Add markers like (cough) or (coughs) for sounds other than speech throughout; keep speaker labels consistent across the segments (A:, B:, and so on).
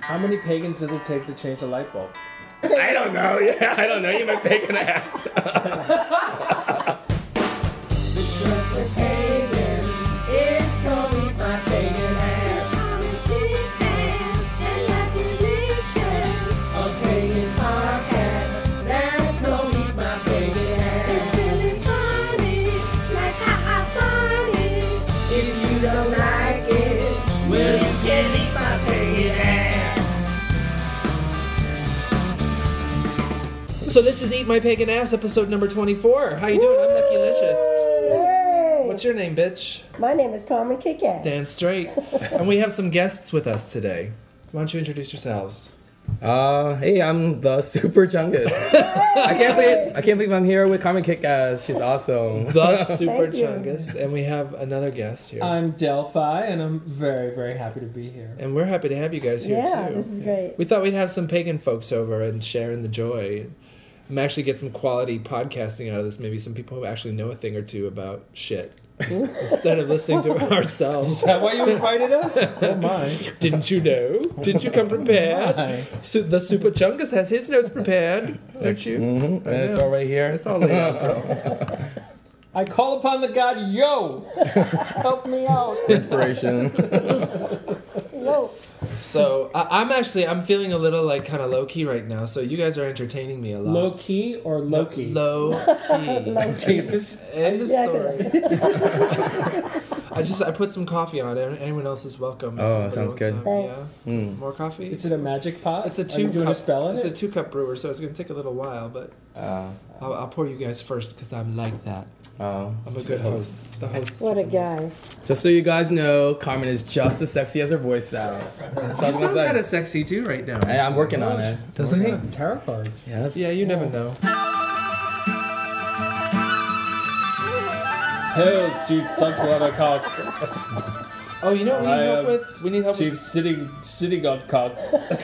A: How many pagans does it take to change a light bulb?
B: I don't know. (laughs) Yeah, I don't know. You might take an ass.
C: It's gonna be my pagan ass. A pagan podcast. That's gonna be my pagan ass. If you don't like it, well, you can eat my pagan ass.
B: so this is Eat My Pagan Ass, episode number 24. How you doing? I'm Lucky Licious.
D: Hey,
B: What's your name, bitch?
D: my name is Carmen Kickass.
B: Dan
D: (laughs)
B: Straight. and we have some guests with us today. Why don't you introduce
D: (laughs)
B: yourselves?
E: Uh, hey, I'm the Super Jungus. I can't believe I can't believe I'm here with Carmen Kick Ass. She's awesome.
B: The Super
D: you. Uh,
B: Chungus. And we have another guest here.
A: I'm Delphi, and I'm very, very happy to be here.
B: and we're happy to have you guys here
D: Yeah,
B: too.
D: this is great.
B: We thought we'd have some pagan folks over and share in the joy. And actually get some quality podcasting out of this. Maybe some people who actually know a thing or two about
D: (laughs)
B: shit. Instead of listening to ourselves.
A: Is that why you invited us? (laughs) oh my!
B: Didn't you know? Didn't you come prepared?
A: Hi.
B: So the Super Chungus has his notes prepared, don't you?
E: hmm And it's all right here.
B: It's all laid out. girl.
A: I call upon the god Yo, help me out.
B: (laughs)
E: Inspiration.
D: Whoa.
B: So I, I'm actually I'm feeling a little like kind of low key right now. So you guys are entertaining me a lot.
A: Low key or Loki?
B: Low key.
A: key. This-
B: End of
D: Yeah, I
B: story.
D: could-
B: (laughs) I just I put some coffee on. Any- Anyone else is welcome. if
E: Oh,
B: anybody
E: sounds
B: wants
E: good.
B: some,
D: Thanks.
E: Hmm.
B: Yeah. More coffee.
A: Is it a magic pot?
B: It's a
A: Are you
B: two
A: doing
B: cup.
A: a spell in
B: it's
A: it?
B: a two cup brewer, so it's gonna take a little while, but
E: Uh,
B: I'll, I'll pour you guys first because I'm like that.
E: oh.
B: I'm a good host. The host. is
D: What a
B: fucking host.
D: guy.
E: Just so you guys know, Carmen is just as sexy as her voice sounds. So I was
B: You
E: gonna
B: sound
E: say-
B: kind of sexy too right now.
E: Hey, I'm working on it.
B: Doesn't he?
A: Tarot cards.
E: Yes.
B: Yeah, (laughs) you never know.
A: Hell, chief sucks a lot of cock.
B: Oh, you know what we need
A: I,
B: help
A: um,
B: with? We need help
A: Chief sitting sitting on (laughs) cock.
B: with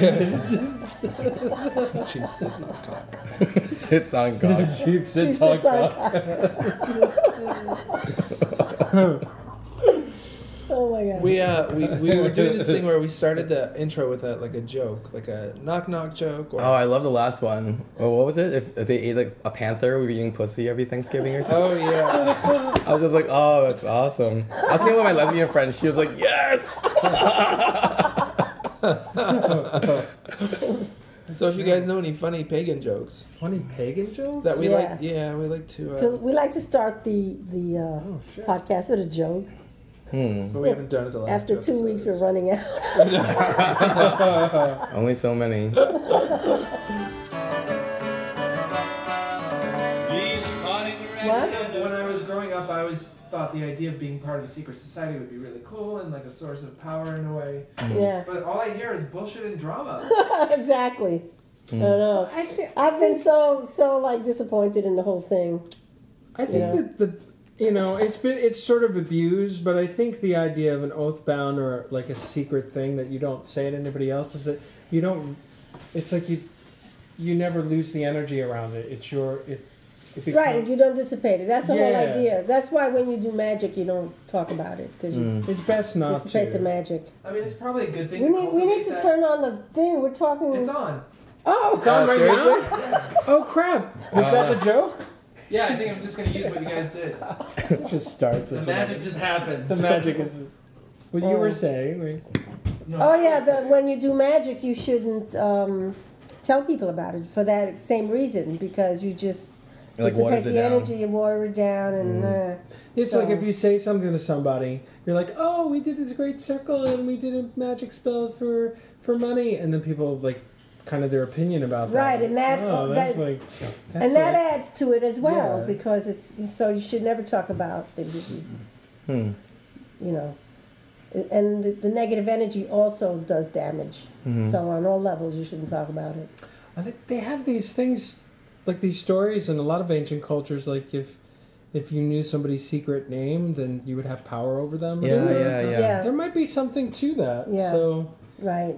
B: Chief sits on cock.
E: Sits on God.
A: Chief
D: She
A: sits on
D: sits on
A: cock.
D: cock. Oh my god.
B: We uh we, we were doing this thing where we started the intro with a like a joke, like a knock knock joke or
E: Oh, I love the last one. Oh, what was it? If, if they ate like a panther, we were eating pussy every Thanksgiving or something.
B: (laughs) Oh, yeah.
E: I was just like, oh, that's awesome. I was singing with my lesbian friend. She was like, yes.
A: (laughs)
B: So if you guys know any funny pagan jokes
A: Funny pagan joke.
B: that we
D: Yeah.
B: like yeah, we like to
D: So
B: uh,
D: we like to start the the uh,
A: Oh, shit.
D: podcast with a joke.
B: but we haven't done it the
A: Oh,
B: last
D: After two weeks, we're running out. (laughs)
E: Only so many.
D: What?
B: When I was growing up, I always thought the idea of being part of a secret society would be really cool and like a source of power in a way.
A: Mm.
D: Yeah. (laughs)
B: But all I hear is bullshit and drama.
D: exactly.
A: Mm.
D: I know.
A: I think
D: I've been so so like disappointed in the whole thing.
A: I think
D: Yeah.
A: that the you know it's been it's sort of abused, but I think the idea of an oath bound or like a secret thing that you don't say to anybody else is that you don't. It's like you you never lose the energy around it. It's your it. it becomes,
D: Right, and you don't dissipate it. That's the whole
A: Yeah.
D: idea. That's why when you do magic, you don't talk about it because you
A: It's best not
D: dissipate
A: to.
D: the magic.
B: I mean, it's probably a good thing.
D: We
B: to
D: need we need
B: cultivate
D: to
B: that.
D: turn on the thing. We're talking.
B: It's on.
D: Oh,
A: It's on
E: Oh,
A: right
E: seriously?
A: now. Oh crap! Was that the joke?
B: Yeah, I think I'm just gonna use what you guys did.
A: It just starts.
B: The
A: as
B: magic just happens.
A: The magic is. What you were saying. right?
B: No.
D: Oh yeah, the, when you do magic, you shouldn't um, tell people about it for that same reason because you just
E: Like waters
D: dissipate
E: it
D: the
E: down. Mm-hmm.
D: energy, you water it down, and uh,
A: It's like
D: So-
A: if you say something to somebody, you're like, "Oh, we did this great circle and we did a magic spell for for money," and then people like kind of their opinion about that.
D: Right, and that-
A: oh, that's
D: that-
A: like that's
D: and that
A: like-
D: adds to it as well
A: Yeah.
D: because it's so you should never talk about things that you,
E: Hmm.
D: you know, and the, the negative energy also does damage.
E: Mm-hmm.
D: So on all levels, you shouldn't talk about it.
A: I think they have these things like these stories in a lot of ancient cultures. Like if if you knew somebody's secret name, then you would have power over them. or
E: Yeah,
A: something like
E: yeah,
A: that.
E: yeah.
D: Yeah.
A: There might be something to that.
D: Yeah.
A: So,
D: Right.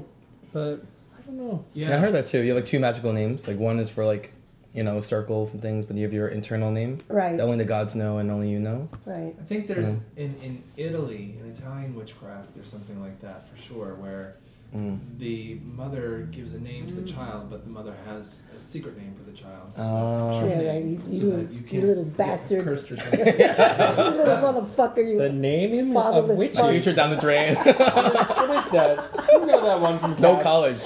A: but I don't know.
E: Yeah. I heard that too. You have like two magical names. Like one is for like, you know, circles and things, but you have your internal name
D: Right.
E: that only the gods know and only you know.
D: Right.
B: I think there's in, in Italy, in Italian witchcraft, there's something like that for sure, where the mother gives a name to the child, but the mother has a secret name for the child. So
A: Oh.
E: Uh,
D: Yeah, right, you,
B: So
D: you,
B: that you
D: you
B: can't
D: little
B: get
D: bastard.
A: (laughs)
B: Cursed or something.
D: You little motherfucker, you.
A: The naming
D: Fatherless
A: of witches.
D: father.
E: future down the drain. (laughs)
A: What is that? You know that one (laughs) from
E: no
A: Cats.
E: college.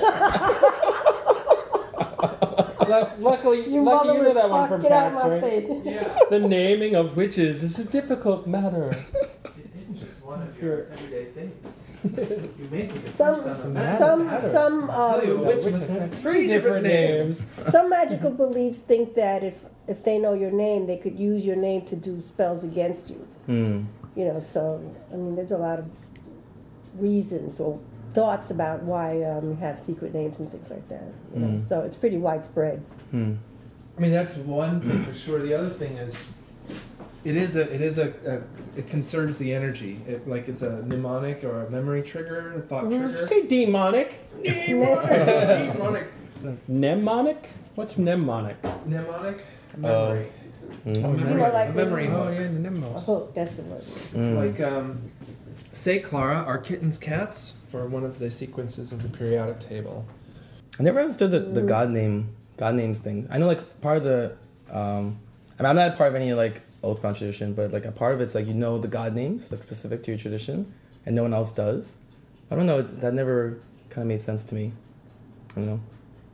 A: Lu- luckily,
D: you
A: luckily you know
D: motherless
A: that one
D: fuck,
A: from
D: get out
A: Cats,
D: of my
A: right?
D: face.
B: (laughs) yeah,
A: The naming of witches is a difficult matter. (laughs)
B: it's just one of your everyday things. You make it.
D: Some,
B: It's
D: some,
B: not a
D: some,
B: matter.
D: some,
B: I tell you, a
D: um,
B: witch
A: Witch
B: must have
A: Three different names.
D: some magical beliefs think that if if they know your name, they could use your name to do spells against you.
E: Hmm.
D: You know, so I mean, there's a lot of reasons or thoughts about why um, you have secret names and things like that. You know?
E: Mm.
D: So it's pretty
E: (laughs)
D: widespread.
E: Hmm.
B: I mean, that's one thing for sure. The other thing is, it is a, it is a, a it conserves the energy. It, like it's a mnemonic or a memory trigger, a thought
A: Did you
B: trigger.
A: say demonic?
B: mnemonic,
A: Mnemonic? What's mnemonic?
B: mnemonic, memory. A
E: Mm.
A: Oh,
B: memory,
D: you are like-
B: a memory
A: Oh,
B: hook.
A: yeah, mnemos.
D: Oh, (laughs) that's the word.
E: Mm.
B: Like, um, say Clara, are kittens cats? For one of the sequences of the periodic table.
E: I never understood the,
D: Mm.
E: the god name god names thing. I know like part of the um I mean, I'm not a part of any like oathbound tradition, but like a part of it's like you know the god names like specific to your tradition, and no one else does. I don't know. it- That never kind of made sense to me. I don't know.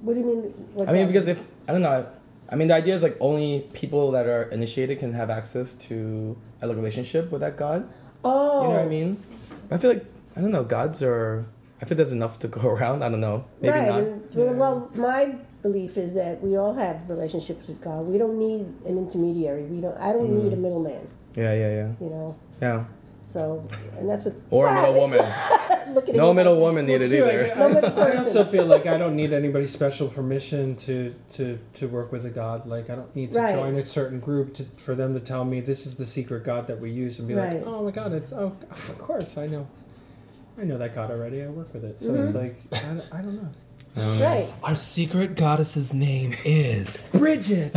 D: What do you mean? what
E: I mean,
D: that-
E: because if I don't know, I mean, the idea is like only people that are initiated can have access to a like, relationship with that god.
D: oh,
E: You know what I mean? I feel like I don't know. Gods are. I feel there's enough to go (laughs) around. I don't know. Maybe
D: right.
E: not.
D: and- well, well, my belief is that we all have relationships with God. We don't need an intermediary. We don't. I don't
E: Mm.
D: need a middleman.
E: Yeah, yeah, yeah,
D: You know.
E: yeah.
D: So, and that's what.
E: Or a
D: Wow, (laughs)
E: middle woman.
D: Look at
E: No
D: him.
E: middle woman needed
A: Well, too,
E: either.
A: I,
D: No, but
A: I- I also
D: person.
A: feel like I don't need anybody's special permission to, to, to work with a god. Like I don't need to
D: Right.
A: join a certain group to, for them to tell me this is the secret god that we use and be
D: Right.
A: like, oh my god, it's oh (laughs) of course I know, I know that god already. I work with it,
D: Mm-hmm.
A: so it's like I, I don't know.
E: (laughs)
D: Right.
B: Our secret goddess's name (laughs) is.
A: Bridget,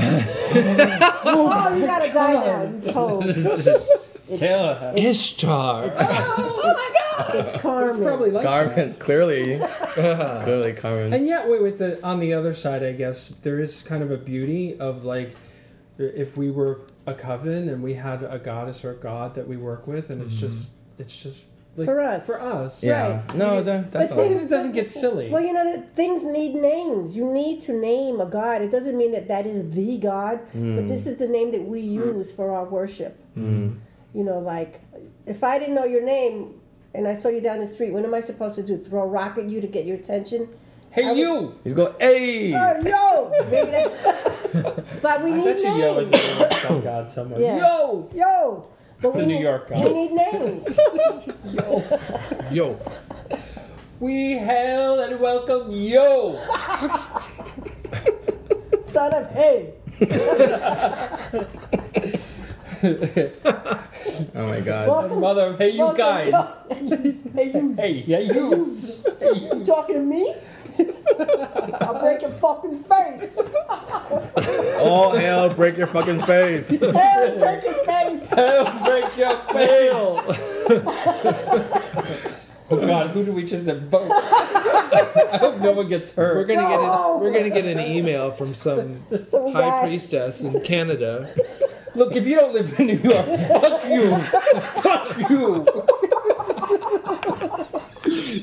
D: Oh, you gotta die now. You
E: (laughs)
D: told.
A: Kayla.
B: Ishtar. (laughs)
D: oh It's karma.
A: It's probably
E: (laughs)
A: like
E: Carmen, clearly, clearly Carmen.
A: And yet, wait, with the on the other side, I guess there is kind of a beauty of like, if we were a coven and we had a goddess or a god that we work with, and it's just, it's just like,
D: For us.
A: for us,
E: Yeah. No, that, that's
A: As
E: all.
A: long as it doesn't get silly.
D: Well, you know that things need names. You need to name a god. It doesn't mean that that is the god,
E: Mm.
D: but this is the name that we use for our worship.
E: Hmm.
D: You know, like if I didn't know your name and I saw you down the street, what am I supposed to do? Throw a rock at you to get your attention?
A: hey,
D: I would-
A: you!
E: He's going, hey.
D: Oh, yo! Maybe that- but we
A: I
D: need
A: bet you yo
D: names.
A: is a name of some god somewhere.
D: Yeah.
A: Yo!
D: Yo! But
A: It's
D: we
A: a New
D: need-
A: York guy.
D: We need
A: (laughs)
D: names.
B: Yo.
A: We hail and
D: (laughs)
A: welcome yo!
D: Son of hey.
E: Oh my God.
D: Welcome.
A: (laughs) Mother of hey, you
D: welcome,
A: guys!
D: (laughs) Hey, you.
A: Hey, yeah, you!
D: (laughs)
A: Hey,
D: You
A: you.
D: talking to me? I'll break your fucking face.
E: All hell, break your fucking face. (laughs)
D: Hey, break your face.
A: Hell, break your face! oh God, who do we just invoke? I hope no one gets hurt.
B: We're gonna
D: No!
B: get an, we're gonna get an email from some
D: So we
B: high
D: got-
B: priestess in Canada.
A: Look, if you don't live in New York, fuck you, fuck you.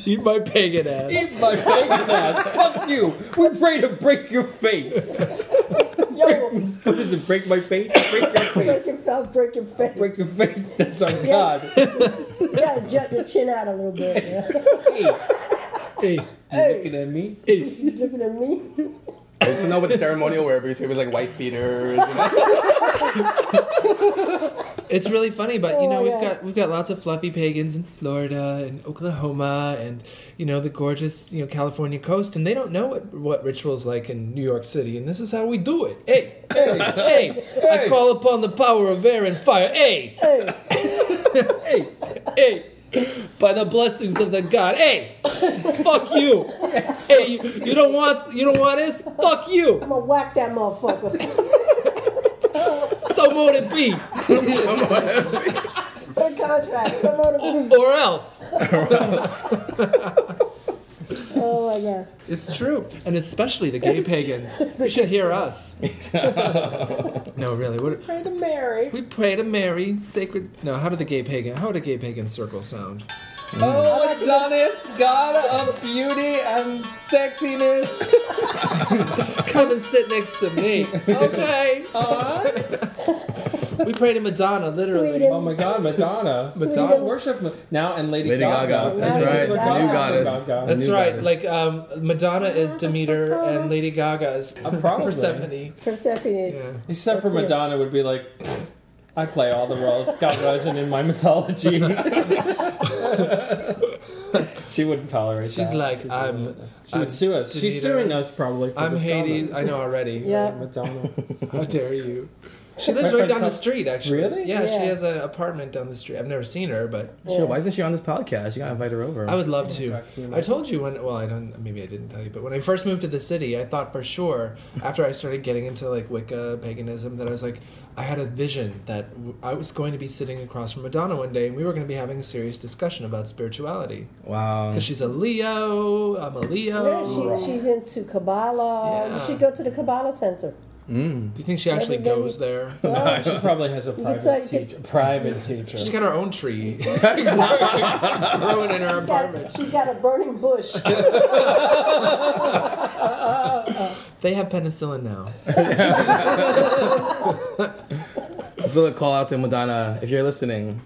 B: Eat my pagan ass.
A: Eat my pagan ass. Fuck you. We pray to break your face.
D: Yo,
A: What is it? Break my face. Break
D: break
A: your face.
D: your face. Break your face. (laughs)
A: Break your face. That's our God.
D: You gotta jut your chin out a little bit. man. (laughs)
A: Hey, hey, you
D: Hey.
A: looking at me?
D: She's looking at me.
E: I just know what the ceremonial wear because it was like white beaters.
B: It's really funny, but you know
D: Oh,
B: we've
D: yeah.
B: got we've got lots of fluffy pagans in Florida and Oklahoma and you know the gorgeous you know California coast, and they don't know what, what rituals like in New York City, and this is how we do it. Hey, hey, hey! I call upon the power of air and fire. Hey,
D: Hey,
B: (laughs) hey, hey! By the blessings of the God. Hey, fuck you. Hey, you, you don't want you don't want this. Fuck you.
D: I'm gonna whack that (laughs) motherfucker.
B: So would it be,
D: Oh Put a contract. Someone.
B: or else.
D: Oh my god.
B: It's true, and especially (laughs) the gay pagans. You should hear us. (laughs) no, really. What,
D: Pray to Mary.
B: we pray to Mary, sacred. No, how did the gay pagan? How did a gay pagan circle (laughs) sound?
D: like
B: Oh,
D: it's to
B: on its god of beauty and sexiness. Come and sit next to me. (laughs) Okay. we pray to Madonna, literally.
D: Freedom.
A: Oh my
B: (laughs)
A: God, Madonna! Madonna
D: Freedom.
A: worship Ma- now and Lady,
E: Lady Gaga. That's
D: Lady
E: right.
D: Gaga.
E: The new goddess.
A: That's right.
E: The
B: That's
E: new
B: right.
E: goddess.
B: Like um, Madonna is Demeter and Lady Gaga is
A: Uh,
E: (laughs)
A: probably.
B: Persephone.
D: Persephone.
B: Yeah.
A: Except for
D: That's it.
A: Madonna would be like, I play all the roles. God wasn't in my mythology. (laughs) she wouldn't tolerate that.
B: She's like,
A: a-
B: I'm-
A: She would
B: I'm
A: sue us. She's
B: Demeter.
A: suing us probably. For
B: I'm
A: this
B: Hades.
A: comment.
B: I know already.
D: Yeah.
E: (laughs)
A: Madonna.
B: How dare you? She lives
A: My
B: right
A: friend's
B: down the
A: called-
B: street, actually.
A: Really?
B: Yeah,
D: Yeah.
B: she has an apartment down the street. I've never seen her, but
E: Shit, why isn't she on this podcast? You gotta invite her over.
B: I would love
A: Yeah,
B: to.
A: can you
B: I told you when. Well, I don't. Maybe I didn't tell you, but when I first moved to the city, I thought for sure after I started getting into like Wicca paganism that I was like, I had a vision that w- I was going to be sitting across from Madonna one day, and we were going to be having a serious discussion about spirituality
E: wow.
B: because she's a Leo. I'm a
D: Yeah,
B: Leo.
D: she, she's into Kabbalah.
B: Yeah.
D: You should go to the Kabbalah Center.
E: Mm.
B: Do you think she actually
D: Maybe- maybe-
B: goes there?
D: Well,
A: She probably has a private
D: say-
A: teacher. Private teacher.
B: She's got her own tree (laughs) growing in her
D: she's, got,
B: apartment.
D: she's got a burning bush.
B: They have penicillin now.
E: Let's do a call out to Madonna if you're listening.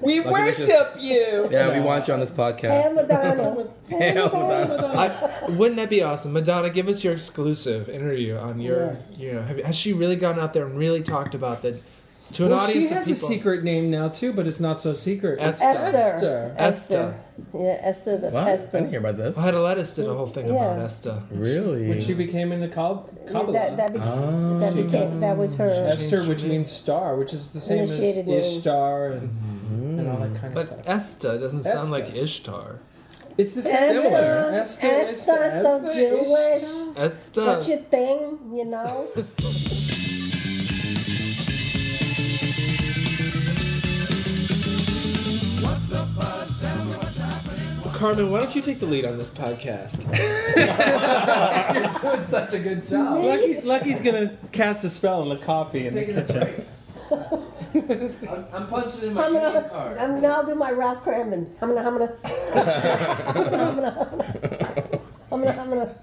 B: We
E: Like, it was just-
B: you.
E: Yeah, we want you on this
D: and
E: podcast.
D: Madonna.
E: Hey, (laughs) Madonna.
B: I, wouldn't that be awesome, Madonna? Give us your exclusive interview on your, you know, have, has she really gone out there and really talked about that to an
A: well, she
B: audience
A: has
B: of
A: a
B: people?
A: secret name now too, but it's not so secret. It's
B: Esther.
D: Esther.
A: Esther.
B: Esther.
D: Yeah, Esther. The
E: What? I
D: Esther.
E: didn't hear about this.
B: Well, Lettuce did a whole thing about
D: Yeah.
B: Esther.
E: Really?
A: When she became in the Kab-
D: Yeah,
A: Kabbalah.
D: that, that, became,
E: Oh.
D: that became that was her.
A: Esther, which means star, which is the same as
D: Initiated name.
A: Ishtar and, and all that kind of
B: But
A: stuff.
B: Esther doesn't sound
A: Esther.
B: like Ishtar.
A: It's the
D: Esther,
A: same similar. Esther,
D: Esther, so Jewish.
A: Ishtar.
B: Esther.
D: Such a thing, you know.
B: Carmen, why don't you take the lead on this podcast? You're doing such a good job.
A: Lucky, Lucky's gonna cast a spell on the coffee in the kitchen.
B: I'm, I'm punching in my
D: I'm
B: ED
D: gonna,
B: card.
D: I'm gonna I'll do my Ralph Cramden. I'm gonna, I'm gonna, I'm gonna, I'm gonna, I'm gonna,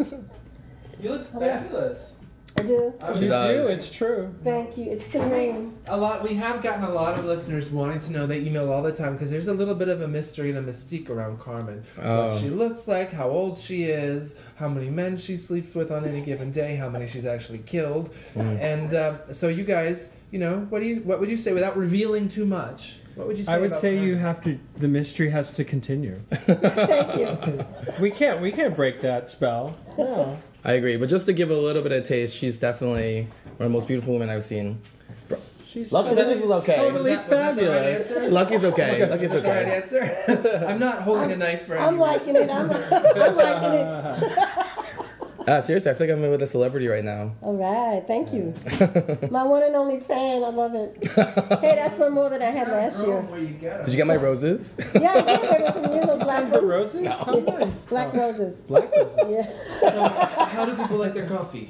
B: You look fabulous.
D: I do.
B: I'm
A: You
E: does.
A: do, it's true.
D: Thank you. It's the rain.
B: A lot. We have gotten a lot of listeners wanting to know. They email all the time because there's a little bit of a mystery and a mystique around Carmen. What
E: Oh.
B: she looks like, how old she is, how many men she sleeps with on any given day, how many she's actually killed,
E: Mm.
B: and uh, so you guys, you know, what do you, what would you say without revealing too much? What would you say?
A: I would
B: about
A: say you
B: Carmen?
A: have to. The mystery has to continue.
D: Thank you.
A: We can't. We can't break that spell. No.
E: I agree. But just to give a little bit of taste, she's definitely one of the most beautiful women I've seen.
A: She's
E: Lucky, this is
A: totally-
D: "Oh,
E: okay.
B: Was Oh, that- was that the right
A: fabulous.
B: answer?
E: Lucky's
D: (laughs)
E: okay. Lucky's
B: Is that the right
E: okay.
B: answer? (laughs) I'm not holding a knife for
D: I'm
B: anyone.
D: liking it. I'm, I'm liking it.
E: Ah, seriously, I feel like I'm with a celebrity right now.
D: All right. Thank you. My one and only fan. I love it. Hey, that's one more than I had last year.
B: Where you get 'em.
E: Did you get my
D: (laughs)
E: roses?
D: Yeah, I did. They're from you, those black
A: the
D: ones.
A: roses. How nice.
D: Black roses.
A: Black roses.
D: Yeah.
B: So, how do people like their coffee?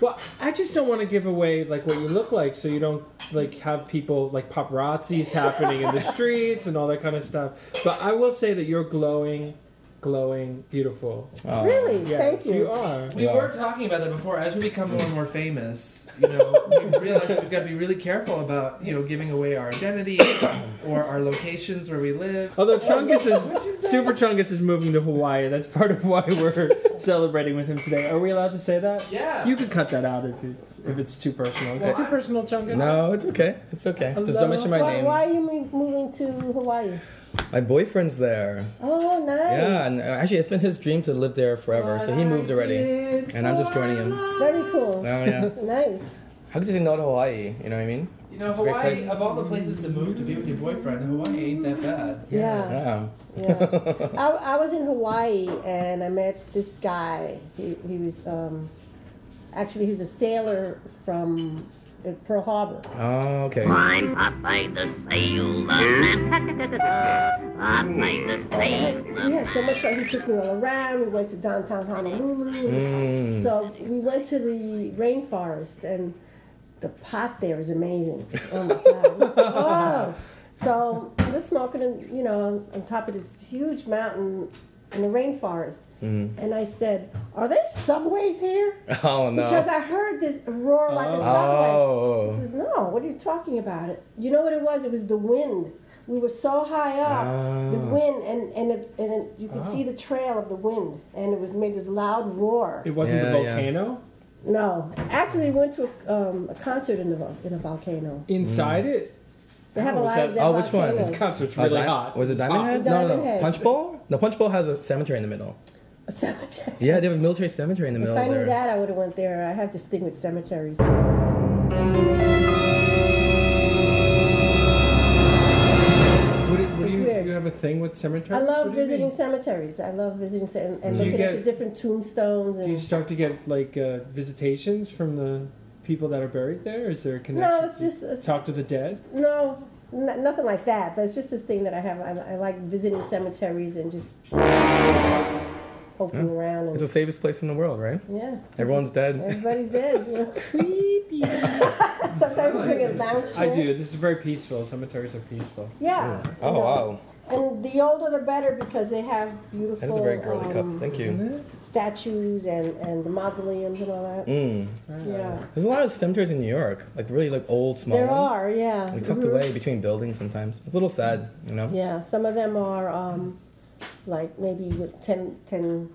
A: Well, I just don't want to give away like what you look like, so you don't like have people like paparazzis happening
D: (laughs)
A: in the streets and all that kind of stuff. But I will say that you're glowing, glowing, beautiful.
E: Oh.
D: Really?
A: Yes,
D: Thank you.
A: are.
B: We
E: Yeah.
B: were talking about that before. As we become more and more famous, you
E: (laughs)
B: know, we realize we've got to be really careful about, you know, giving away our identity (coughs) or our locations where we live.
A: Although Chungus is Super Chungus is moving to Hawaii. That's part of why
D: (laughs)
A: we're celebrating with him today. Are we allowed to say that?
B: Yeah.
A: You could cut that out if it's if it's too personal. Is it too personal, Chungus?
E: No, it's okay. It's okay. Just
A: Hello?
E: don't mention my
D: Why,
E: name.
D: why are you mo- moving to Hawaii?
E: My boyfriend's there.
D: Oh, nice.
E: Yeah, and uh, actually, it's been his dream to live there forever, so he moved already. And I'm just joining him. (laughs) Oh,
D: Very cool.
E: yeah.
D: Nice.
E: How could you say no to Hawaii? You know what I mean?
B: You know,
E: a great
B: Hawaii,
E: place.
B: of all the places to move to be with your boyfriend, Hawaii ain't that bad.
D: Yeah.
E: Yeah.
D: yeah.
E: (laughs)
D: I, I was in Hawaii and I met this guy. He, he was um, actually he was a sailor from uh, Pearl Harbor.
E: Oh, okay.
F: I'm Popeye the Sailor Man.
C: I'm naming
D: Yes,
C: things.
D: we had so much fun. He took me all around. We went to downtown Honolulu. So we went to the rainforest, and the pot there is amazing. Oh my god! oh, so we're smoking, and you know, on top of this huge mountain in the rainforest. And I said, "Are there subways here?"
E: Oh no.
D: Because I heard this roar like a subway.
E: Oh.
D: He says, No, what are you talking about? It. You know what it was? It was the wind. We were so high up, the
E: Ah.
D: wind, and and, it, and it, you could see
A: Ah.
D: the trail of the wind, and it was made this loud roar.
A: It wasn't the
E: Yeah, yeah.
A: volcano
D: No, actually, we went to a, um, a concert in the vol- in a volcano.
A: inside
E: Mm.
A: it.
D: They have a
A: Oh, is
D: lot
A: that-
D: of them
E: oh, which one?
D: volcanoes.
E: This
A: Concert's
E: Uh,
A: really
E: Di-
A: hot.
E: Was it
A: It's
E: Diamond
A: hot.
E: Head? No, no,
D: Diamond
E: no.
D: Head.
E: Punch Bowl? No, Punch Bowl has a cemetery in the middle.
D: A cemetery.
E: Yeah, they have a military cemetery in the
D: If
E: middle
D: I knew
E: there.
D: that, I would have went there. I have this thing with cemeteries.
A: What, do- what do
D: It's
A: you,
D: weird.
A: you have a thing with cemeteries?
D: I love
A: What do you
D: visiting
A: mean?
D: cemeteries. I love visiting ce- and, and
A: Do you
D: looking at the
A: get-
D: different tombstones. And
A: Do you start to get like uh, visitations from the people that are buried there? Is there a connection?
D: no, it's
A: Do you
D: just it's
A: talk to the dead.
D: No, n- nothing like that. But it's just this thing that I have. I, I like visiting cemeteries and just
E: Hmm?
D: poking around. And,
E: It's the safest place in the world, right?
D: yeah,
E: Everyone's dead.
D: everybody's dead. You know? Creepy. (laughs) Sometimes we bring a lounge
A: I
D: chair.
A: do. This is very peaceful. Cemeteries are peaceful.
D: Yeah. you
E: Oh
D: know.
E: wow,
D: And the older the better because they have beautiful
E: that is a very girly cup.
D: um,
E: Thank
A: Isn't
E: you.
A: it?
D: statues and, and the mausoleums and all that.
E: Mm.
A: Right.
D: Yeah.
E: There's a lot of cemeteries in New York, like really like old small
D: There
E: ones.
D: are, yeah.
E: Like tucked
D: Mhm.
E: away between buildings sometimes. It's a little sad, you know.
D: Yeah, some of them are um, like maybe with 10, 10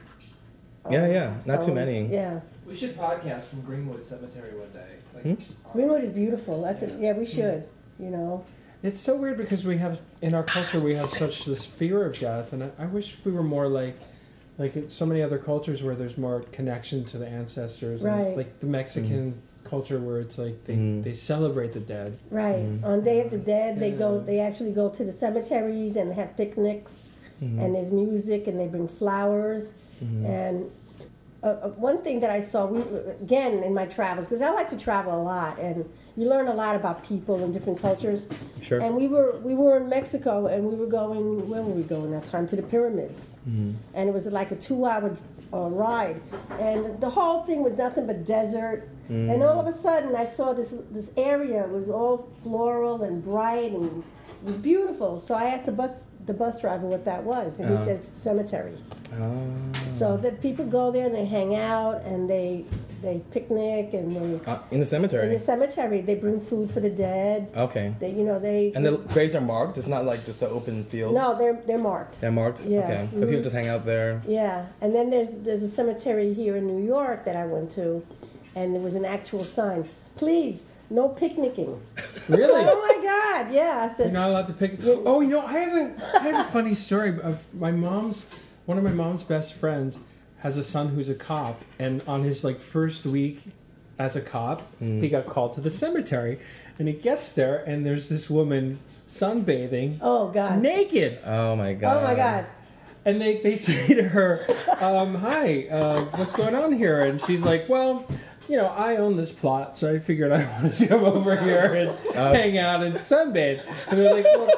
E: Yeah,
D: um,
E: yeah, not too
D: stones.
E: many.
D: Yeah.
B: We should podcast from Greenwood Cemetery one day. um,
E: Like,
D: Greenwood is beautiful. That's it. Yeah, we should. You know,
A: It's so weird because we have in our culture we have such this fear of death, and I, I wish we were more like, like in so many other cultures where there's more connection to the ancestors, and
D: Right.
A: Like the Mexican culture where it's like they,
E: Mm.
A: they celebrate the dead.
D: right on Day of the Dead, they go.
A: Yeah.
D: They actually go to the cemeteries and have picnics,
E: Mm-hmm. Mm.
D: and there's music, and they bring flowers. And uh, uh, one thing that I saw, we, again in my travels, because I like to travel a lot, and you learn a lot about people and different cultures.
E: Sure.
D: And we were we were in Mexico, and we were going. Where were we going that time? To the pyramids.
E: Mm-hmm.
D: And it was like a two-hour uh, ride, and the whole thing was nothing but desert. And all of
E: Mm.
D: a sudden, I saw this this area was all floral and bright, and it was beautiful. So I asked the bus the bus driver what that was, and he
E: Uh-huh.
D: said it's a cemetery.
E: Ah.
D: So that people go there and they hang out and they they picnic and they
E: Ah, in the
D: in the
E: cemetery.
D: cemetery they bring food for the dead.
E: Okay.
D: They you know they
E: And the graves are marked. It's not like just an open field.
D: no they're they're marked.
E: They're marked.
D: Yeah. Mm-hmm.
E: Okay. But people just hang out there.
D: Yeah, and then there's there's a cemetery here in New York that I went to, and there was an actual sign: "Please, no picnicking."
A: Really?
D: (laughs) oh my God! Yeah, I
A: You're
D: said,
A: not allowed to pick. Oh, you know, I have a I have a funny story of my mom's one of my mom's best friends has a son who's a cop, and on his like first week as a cop, he got called to the cemetery, and he gets there, and there's this woman sunbathing
D: "Oh God,
A: naked,
E: Oh my god.
D: oh my God."
A: and they (laughs) they say to her, um, "Hi, uh, what's going on here?" And she's like, "Well." You know, I own this plot, so I figured I (laughs) wanted to come over here and hang out and sunbathe. And they're like, well,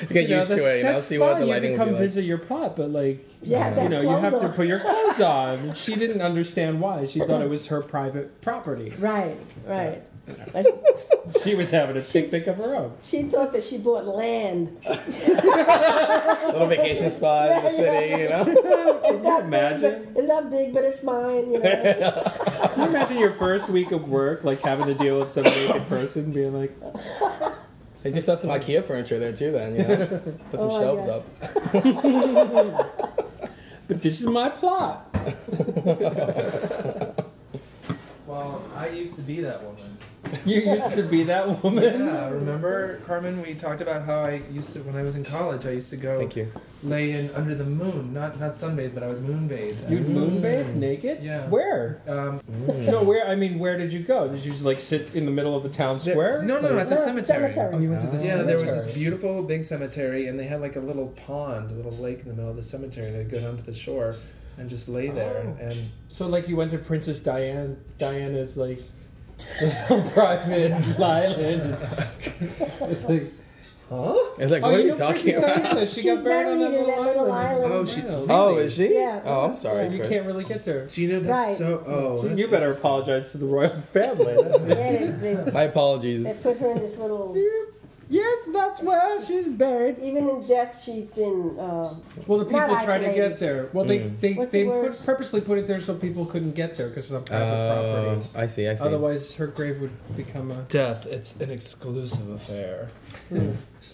E: You get
A: you know,
E: used
A: that's-
E: to it. You know,
A: that's
E: see what
A: fine.
E: the
A: you
E: lighting will
A: can come
E: be like.
A: visit your plot, but like,
D: Yeah, that
A: you know, you have
D: clothes
A: to
D: on.
A: put your clothes on. She didn't understand why. She thought it was her private property.
D: Right, right. Like,
A: She was having a picnic of her own.
D: (laughs) she thought that she bought land.
E: Little vacation spot
A: (laughs)
E: in the city. You know.
D: It's not big,
A: imagine?
D: but it's not big, but it's mine. You know,
A: Can you imagine your first week of work, like having to deal with some naked person, being like,
E: They just have some IKEA furniture there too. Then you know,
A: (laughs)
E: put some
D: Oh my
E: shelves
D: God.
E: up.
A: "But this is my plot."
B: Well, I used to be that woman.
E: (laughs)
A: You used to be that woman.
B: Yeah, remember, Carmen? We talked about how I used to when I was in college. I used to go
E: Thank you.
B: lay in under the moon, not not sunbathe, but I would moonbathe.
A: You'd
E: Mm-hmm.
A: moonbathe naked.
B: Yeah.
A: Where?
B: Um,
A: No, where? I mean, where did you go? Did you just like sit in the middle of the town
B: there-
A: square?
B: No, no, no, at the
D: No,
B: cemetery.
D: cemetery.
A: Oh, you went to the
B: Yeah,
A: cemetery.
B: there was this beautiful big cemetery, and they had like a little pond, a little lake in the middle of the cemetery, and I'd go down to the shore and just lay there. And, and
A: So like you went to Princess Diane Diana's (laughs) like little private island. It's like Huh?
E: It's like,
A: Oh,
E: what are
A: you
E: you
A: know,
E: talking
A: Princess
E: about?
A: (laughs) Diana, she
D: She's
A: got buried, on
D: buried
A: that
D: in
A: little
D: that little island.
A: island.
B: Oh, she-
A: Wow.
E: Oh, is she?
D: Yeah.
E: Oh, I'm sorry.
D: Yeah.
A: You
E: Chris.
A: can't really get to her.
B: Do you know that's
D: Right.
B: so? Oh, that's
A: you better apologize to the royal family. That's it.
D: Yeah, they, they,
E: My
D: they
E: apologies.
D: put her in this little.
A: yes, that's where she's buried.
D: Even in death, she's been. Uh,
A: Well, the people
D: Not
A: try to
D: isolated.
A: get there. Well, they they,
D: What's
A: they
D: the word?
A: put, purposely put it there so people couldn't get there because it's on private
E: Uh,
A: property.
E: I see. I see.
A: Otherwise, her grave would become a.
B: (laughs) Death. It's an exclusive affair.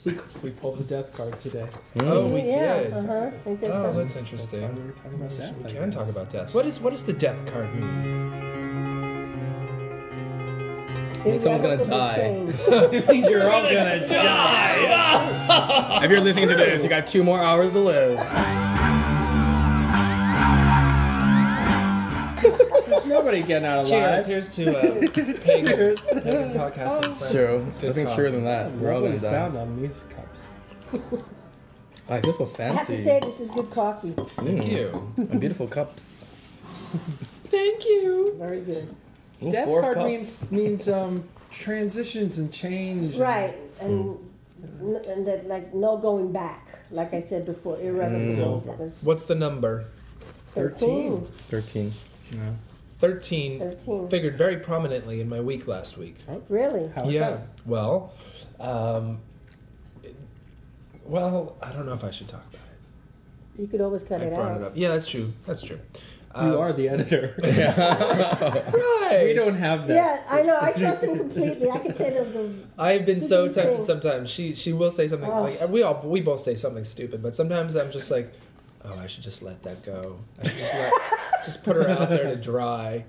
A: We, we pulled the death card today.
E: Mm.
B: Oh, we
D: yeah,
B: did.
D: Uh-huh. They did
B: Oh,
D: some-
B: that's
A: That's why
B: interesting.
A: we were talking about death.
B: We
A: I
B: can
A: guess.
B: talk about death. What is what does the death card mean?
D: Irrevocable
E: someone's gonna die.
D: change.
A: It means (laughs) you're all
B: (laughs)
A: gonna die.
E: If you're listening to this, you got two more hours to live.
A: There's nobody getting out alive.
B: Cheers. Here's to uh, Cheers. podcast and friends.
E: True.
B: Good
E: Nothing
B: call.
E: truer than that. We're all
A: Lovely
E: gonna die.
A: sound on these cups.
E: I feel so
D: I
E: fancy.
D: have to say, this is good coffee.
B: Thank you.
E: And beautiful cups.
B: Thank you.
D: Very good.
E: Ooh,
A: death
E: four
A: card
E: cups.
A: means means um transitions and change.
D: Right, and n- and that like no going back. Like I said before,
A: Mm.
D: irrevocable.
A: over.
D: That's
B: What's the number?
D: 13.
E: 13. Yeah.
B: Thirteen.
D: 13.
B: Figured very prominently in my week last week.
D: Really?
A: How's
B: yeah.
A: that?
B: Well, um, it- well, I don't know if I should talk about it.
D: You could always cut
B: I
D: it
B: brought
D: out.
B: it up. Yeah, that's true. That's true. Um,
A: You are the editor. (laughs)
B: right.
A: we don't have that.
D: Yeah, I know. I trust him completely. I could say that the
B: I've been so
D: Stupid
B: tempted
D: thing.
B: sometimes. She she will say something
D: Oh.
B: like we all we both say something stupid, but sometimes I'm just like, oh, I should just let that go. I should just, let, just put her out there to dry.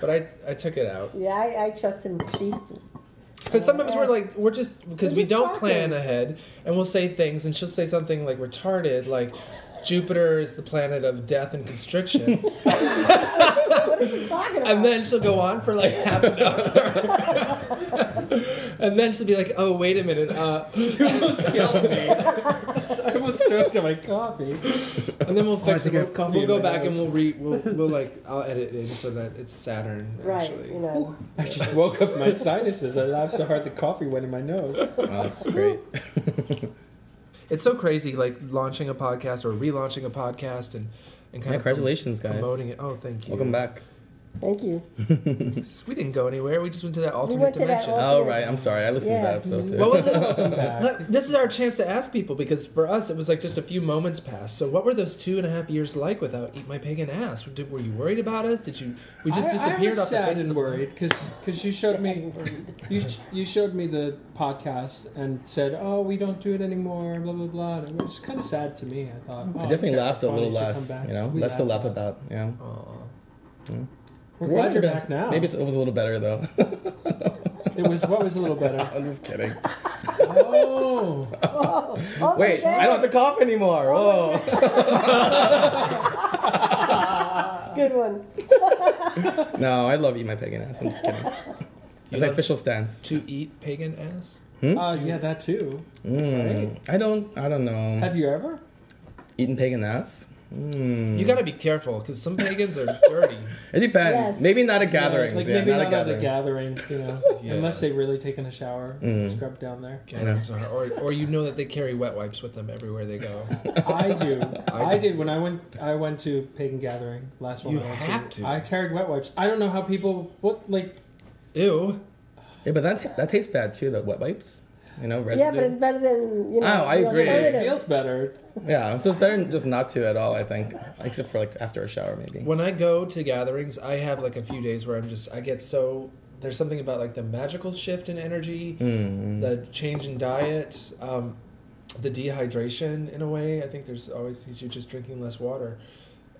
B: But I I took it out
D: yeah, I, I trust him completely.
B: because sometimes we're like we're just because
D: We're
B: we
D: just
B: don't
D: talking.
B: plan ahead and we'll say things and she'll say something like retarded like. Jupiter is the planet of death and
D: (laughs)
B: constriction.
D: What are you talking about?
B: and then she'll go on for like half an hour. (laughs) and then she'll be like, oh, wait a minute. Uh,
A: You almost killed me. I almost choked on my coffee.
B: And then we'll
E: Oh,
A: I
B: fix it.
A: think I have
B: We'll,
A: coffee
B: we'll
A: in
B: go
A: my
B: back
A: nose.
B: and we'll re we'll, we'll
E: (laughs)
B: like I'll edit it so that it's Saturn
D: right,
B: actually.
D: you know.
A: I just woke up my sinuses. I laughed so hard the coffee went in my nose. (laughs)
E: Wow, that's great.
B: It's so crazy like launching a podcast or relaunching a podcast and and kind of
E: Congratulations, guys.
B: promoting it. Oh, thank you.
E: Welcome back.
D: Thank you.
B: We didn't go anywhere. We just went to that alternate
D: went to that
B: dimension.
D: al-
E: Oh, right. I'm sorry. I listened
D: Yeah.
E: to that episode too.
B: what was
A: (laughs)
B: it?
A: back.
B: Look, This is our chance to ask people because for us it was like just a few moments passed. So what were those two and a half years like without Eat My Pagan Ass? Did, were you worried about us? Did you? We just
A: I- I
B: disappeared
A: was
B: off the
A: sad
B: face of
A: and
B: the
A: worried because you showed me you sh- you showed me the podcast and said, "Oh, we don't do it anymore." Blah blah blah. And it was kind of sad to me. I thought. "Oh,
E: I definitely laughed a little less,
A: less.
E: you know, less to laugh about. Yeah.
B: Aw.
A: We're glad you're
E: Maybe
A: back now.
E: Maybe it's, it was a little better though. (laughs)
A: it was what was a little better.
E: I'm just kidding.
A: Oh,
D: Oh, oh my
E: Wait, I don't have to
D: goodness.
E: cough anymore. Whoa.
D: Good one.
E: (laughs) No, I love you, my pagan ass. I'm just kidding. It's my
B: love-
E: official stance.
B: To eat pagan ass.
A: uh, yeah, that too.
E: Mm, I don't. I don't know.
A: Have you ever?
E: Eating pagan ass? Mm.
B: You gotta be careful because some pagans are dirty.
E: It depends.
D: Yes.
E: Maybe not at gatherings.
A: like
E: yeah,
A: maybe
E: not,
A: not,
E: at
A: at a
E: gatherings.
A: gathering. You
E: (laughs)
A: know,
B: Yeah.
A: unless they've really taken a shower, and
E: Mm.
A: scrubbed down there.
B: Gatherings are- or, or you know that they carry wet wipes with them everywhere they go.
A: I do.
B: (laughs) I
A: I
B: do.
A: did when I went. I went to pagan gathering last one.
B: You
A: I went
B: have to.
A: I carried wet wipes. I don't know how people. What like?
B: Ew.
E: yeah, but that that tastes bad too. The wet wipes. You know, residue.
D: Yeah, but it's better than you know.
E: Oh, I
D: the
E: agree.
A: It
D: alternative.
A: feels better.
E: yeah. So it's better just not to at all. I think, except for like after a shower, maybe.
B: When I go to gatherings, I have like a few days where I'm just I get so there's something about like the magical shift in energy,
E: Mm.
B: the change in diet, um, the dehydration in a way. I think there's always you're just drinking less water,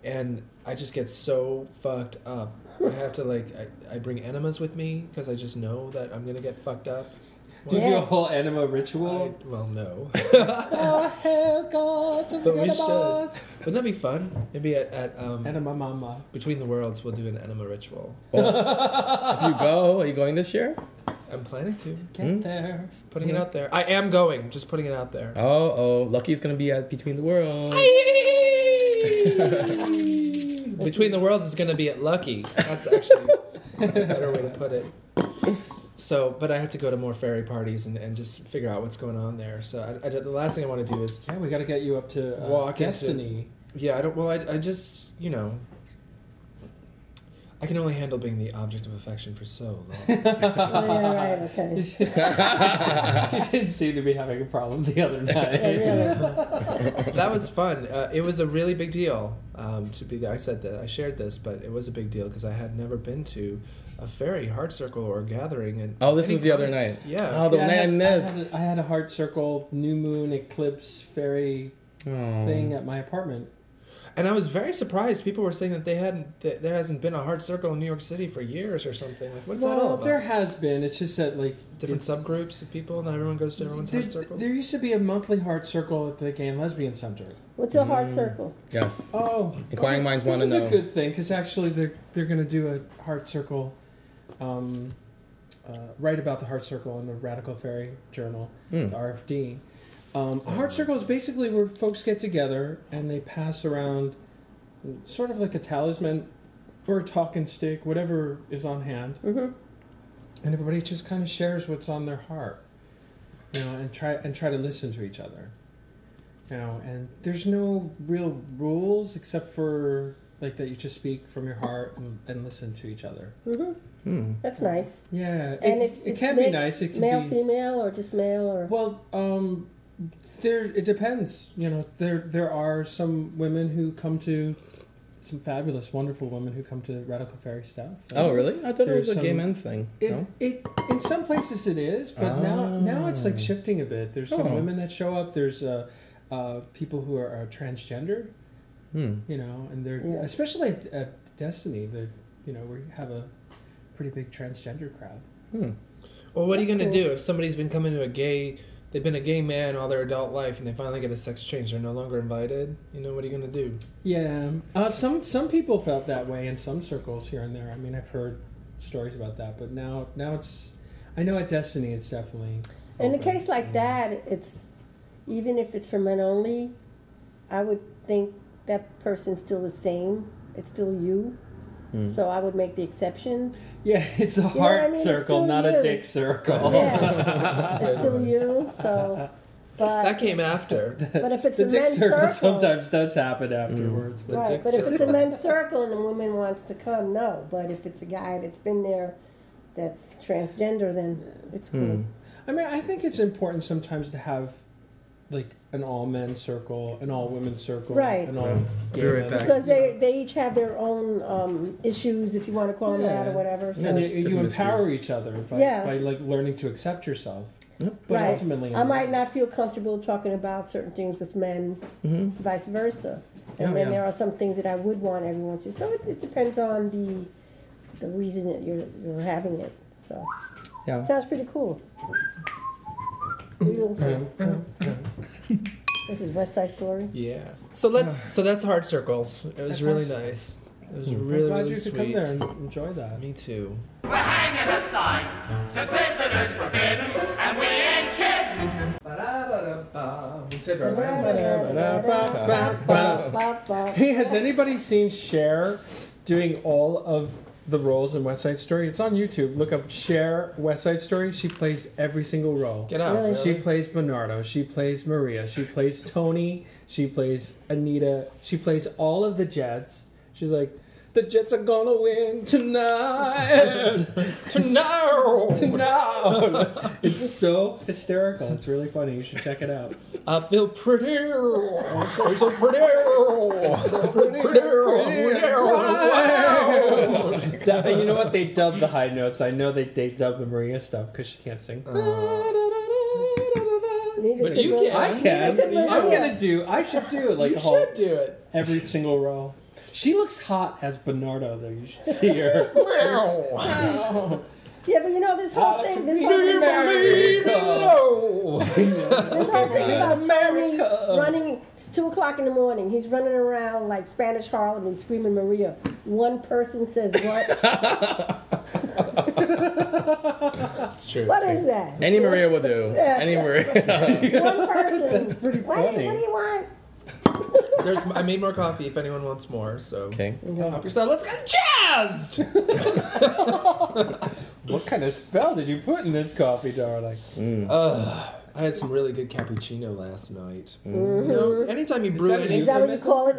B: and I just get so fucked up. I have to like I, I bring enemas with me because I just know that I'm gonna get fucked up.
A: Do you do
D: Yeah.
A: a whole enema
B: I-
A: ritual?
B: well, no.
A: oh hell, gods of
B: But we
A: enemas.
B: Wouldn't that be fun? Maybe at, at um,
A: Enema mama.
B: Between the Worlds, we'll do an enema ritual.
E: if you go, are you going this year?
B: I'm planning to.
A: Get there.
B: Putting it out there. I am going. Just putting it out there.
E: Oh, oh, Lucky's gonna be at Between the Worlds. (laughs)
B: Between the Worlds is going to be at Lucky. That's actually a better way to put it. So, but I have to go to more fairy parties and, and just figure out what's going on there. So, I, I, the last thing I want to do is,
A: Yeah, we got to get you up to uh,
B: Walk into-
A: Destiny.
B: yeah, I don't. Well, I, I just, you know, I can only handle being the object of affection for so
A: (laughs)
B: long.
D: Oh, yeah, right, okay.
A: you didn't seem to be having a problem the (laughs) other
D: Yeah,
A: night.
D: really.
B: that was fun. Uh, it was a really big deal um, to be there. I said that I shared this, but it was a big deal because I had never been to a fairy heart circle or gathering. And
E: Oh, this was the other night.
B: Yeah.
E: Oh, the
A: Yeah,
E: night I,
A: had-
E: missed.
A: I had, a, I had a heart circle, new moon, eclipse, fairy
B: Hmm.
E: Oh.
A: thing at my apartment.
B: And I was very surprised. People were saying that they hadn't, that there hasn't been a heart circle in New York City for years or something. Like, what's
A: well,
B: that all about?
A: there has been. It's just that like
B: Different
A: it's-
B: subgroups of people, and everyone goes to everyone's
A: There,
B: heart circles.
A: there used to be a monthly heart circle at the Gay and Lesbian Center.
D: What's a
E: Mm.
D: heart circle?
E: Yes.
A: Oh,
E: Inquiring
A: okay.
E: minds
A: This
E: wanna
A: is
E: know.
A: a good thing because actually they're they're going to do a heart circle, um, uh, write about the heart circle in the Radical Fairy Journal,
E: Hmm.
A: the RFD. Um, a heart circle is basically where folks get together and they pass around, sort of like a talisman, or a talking stick, whatever is on hand,
D: Mhm.
A: and everybody just kind of shares what's on their heart, you know, and try and try to listen to each other you know, and there's no real rules except for like that you just speak from your heart and, and listen to each other.
E: Hmm.
D: mm-hmm. That's nice.
A: Yeah, it,
D: And it's,
A: it
D: it's
A: can be
D: mixed,
A: nice. It can
D: male,
A: be
D: female, or just male, or
A: well, um, there it depends. You know, there there are some women who come to some fabulous, wonderful women who come to radical fairy stuff.
E: Oh, really? I thought it
A: There's
E: was a gay
A: some-
E: men's thing.
A: It,
E: no?
A: it in some places it is, but now now it's
D: Ah.
A: like shifting a bit. There's some
E: Oh.
A: women that show up. There's uh, uh, people who are, are transgender
E: Hmm.
A: you know, and they're
D: Yeah.
A: especially at, at Destiny, they you know we have a pretty big transgender crowd.
E: Hmm.
B: Well, what are you
D: That's
B: gonna
D: cool.
B: do if somebody's been coming to a gay? They've been a gay man all their adult life, and they finally get a sex change. They're no longer invited. You know what are you gonna do?
A: Yeah, uh, some some people felt that way in some circles here and there. I mean, I've heard stories about that, but now now it's I know at Destiny it's definitely
D: In a
A: open.
D: case like that, it's even if it's for men only, I would think that person's still the same. It's still you.
E: Mm.
D: So I would make the exception.
A: (laughs) Yeah, it's a
D: what
A: heart
D: I mean? It's
A: circle,
D: still
A: not
D: you.
A: a dick
E: Oh. (laughs)
A: circle.
D: Yeah, it's still you. So,
B: That
A: Uh,
D: but
B: came after.
D: but if it's
A: The
D: a
A: dick
D: men's
A: circle,
D: circle,
A: sometimes does happen afterwards, but
D: right?
A: dick
D: But if it's a
A: circle-
D: men's circle and a woman wants to come, no. But if it's a guy that's been there, that's transgender, then it's
E: hmm.
D: cool.
A: I mean, I think it's important sometimes to have like an all men circle, an all women circle,
D: Right.
A: An all
E: Yeah.
A: gay
E: Be right
A: men
E: back.
A: circle.
D: Because they, they each have their own um, issues, if you want to call them that or
A: Yeah.
D: whatever. So
A: And you, you
E: Different
A: empower
E: histories.
A: each other by,
D: Yeah.
A: by like learning to accept yourself.
E: Yep.
A: But
D: Right.
A: ultimately,
D: I might not feel comfortable talking about certain things with men,
E: Mm-hmm.
D: vice versa. And
A: Oh,
D: then
A: yeah.
D: there are some things that I would want everyone to. So it, it depends on the the reason that you're you're having it. So
E: Yeah.
D: sounds pretty cool. this is West Side Story.
B: Yeah. So
A: (sighs)
B: let's. So that's heart circles. It was
A: That's
B: really
A: awesome.
B: nice. It was
A: I'm
B: really
A: glad
B: really
A: you could
B: sweet.
A: come there and enjoy that.
B: Me too.
F: We're hanging a sign, says visitors forbidden, and we ain't kidding.
B: We said
D: Ba-da-ba-ba-ba-ba.
A: Hey, has anybody seen Cher doing all of the roles in West Side Story? It's on YouTube. Look up Cher West Side Story. She plays every single role.
B: Get out.
D: Really?
A: She plays Bernardo. She plays Maria. She plays Tony. She plays Anita. She plays all of the Jets. She's like, the Jets are gonna win tonight. tonight. tonight. It's so hysterical. It's really funny. You should check it (laughs) out.
B: I feel pretty. I'm so, so pretty. So pretty.
A: That- you know what? They dubbed the high notes. I know they, they dubbed the Maria stuff because she can't sing.
D: Neither
B: But
D: could
B: you
D: Maria.
B: can't.
A: I can.
D: Neither could
A: I'm
D: Maria.
A: gonna do. I should do like
B: You
A: a whole
B: should do it.
A: every single row. She looks hot as Bernardo, though. You should see
D: (laughs)
A: her.
D: Yeah, but you know this whole
A: Uh,
D: thing. This whole thing about, this whole thing about Tony running. It's two o'clock in the morning. He's running around like Spanish Harlem and screaming Maria. One person says what?
B: That's true.
D: what
B: (laughs)
D: is that?
E: Any Maria will do. Any Maria.
A: (laughs)
E: (laughs)
D: One person.
A: pretty
D: What do, you,
A: funny.
D: what do you want?
B: There's I made more coffee if anyone wants more. So
E: Okay.
B: help yourself. Let's get jazzed.
A: What kind of spell did you put in this coffee, darling?
B: Ugh, I had some really good cappuccino last night. You know, anytime you brew
A: that a
B: any
D: Mm-hmm. Is that what you call it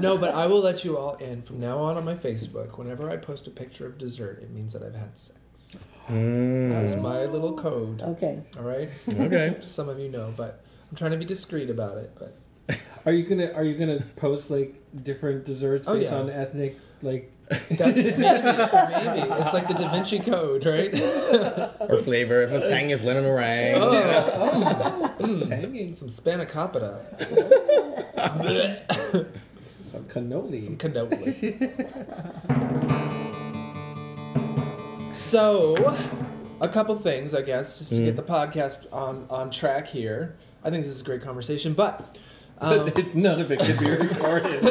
B: (laughs)
D: now?
B: no, but I will let you all in from now on on my Facebook. Whenever I post a picture of dessert, it means that I've had sex.
E: Mm.
B: That's my little code.
D: okay.
B: All right.
E: Okay.
B: Some of you know, but I'm trying to be discreet about it. But
A: Are you gonna Are you gonna post like different desserts
B: Oh,
A: based
B: yeah.
A: on ethnic? Like,
B: that's maybe, maybe it's like the Da Vinci Code, right?
E: or flavor. If
A: Uh,
E: it's tangy, it's lemon meringue.
B: Hmm.
A: tangy,
B: Oh. Some spanakopita,
A: some cannoli.
B: some
A: (laughs)
B: cannolis. so, a couple things, I guess, just to get the podcast on on track here. I think this is a great conversation, but. Um,
A: None of it can
D: (laughs)
A: be recorded.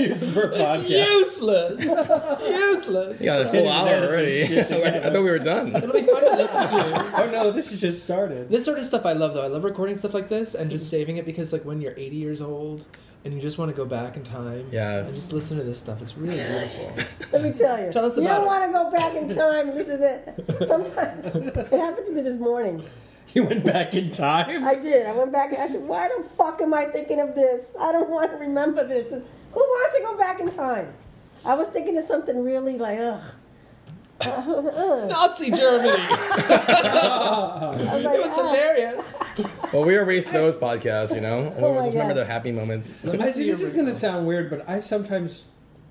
A: Used for a podcast.
B: Useless! (laughs) Useless!
E: Yeah, a full hour already. Like, (laughs) I thought we were
A: (laughs)
E: done.
B: It'll be fun to listen to.
A: Oh no, this has just started.
B: This sort of stuff I love though. I love recording stuff like this and just saving it because like when you're 80 years old and you just want to go back in time.
E: Yes.
B: And just listen to this stuff. It's really beautiful.
D: Let me tell you.
B: Tell us
D: you
B: about
D: don't want to go back in time. and Listen to it. Sometimes (laughs) it happened to me this morning.
A: You went back
D: (laughs)
A: in time.
D: I did. I went back and I said, "Why the fuck am I thinking of this? I don't want to remember this. Who wants to go back in time?" I was thinking of something really like, ugh. (laughs) Uh, Ugh.
B: Nazi Germany.
D: Oh. I was like,
B: It was
D: "Ah."
B: hilarious.
E: Well, we erased those podcasts, you know? And
D: Oh
E: we
D: my
E: just remember
D: God.
E: the happy moments.
A: I, this is gonna sound weird, but I sometimes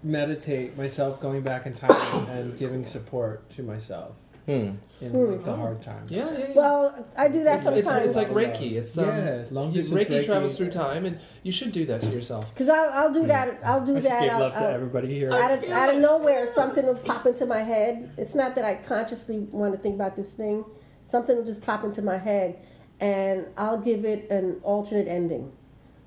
A: meditate myself going back in time and giving support to myself
E: Hmm.
A: in like, the hard times.
B: Yeah, yeah, yeah.
D: Well, I do that
B: it's, it's, it's
D: sometimes
B: like Reiki. It's um,
A: Yeah, long
B: you-
A: distance
B: Reiki,
A: Reiki.
B: travels through time, and you should do that to yourself.
D: because I'll, I'll do that. I'll do
A: I just
D: that. uh,
A: gave
D: I'll-
A: love to
D: I'll-
A: everybody here.
D: out of, out of nowhere, something will pop into my head. It's not that I consciously want to think about this thing. Something will just pop into my head, and I'll give it an alternate ending.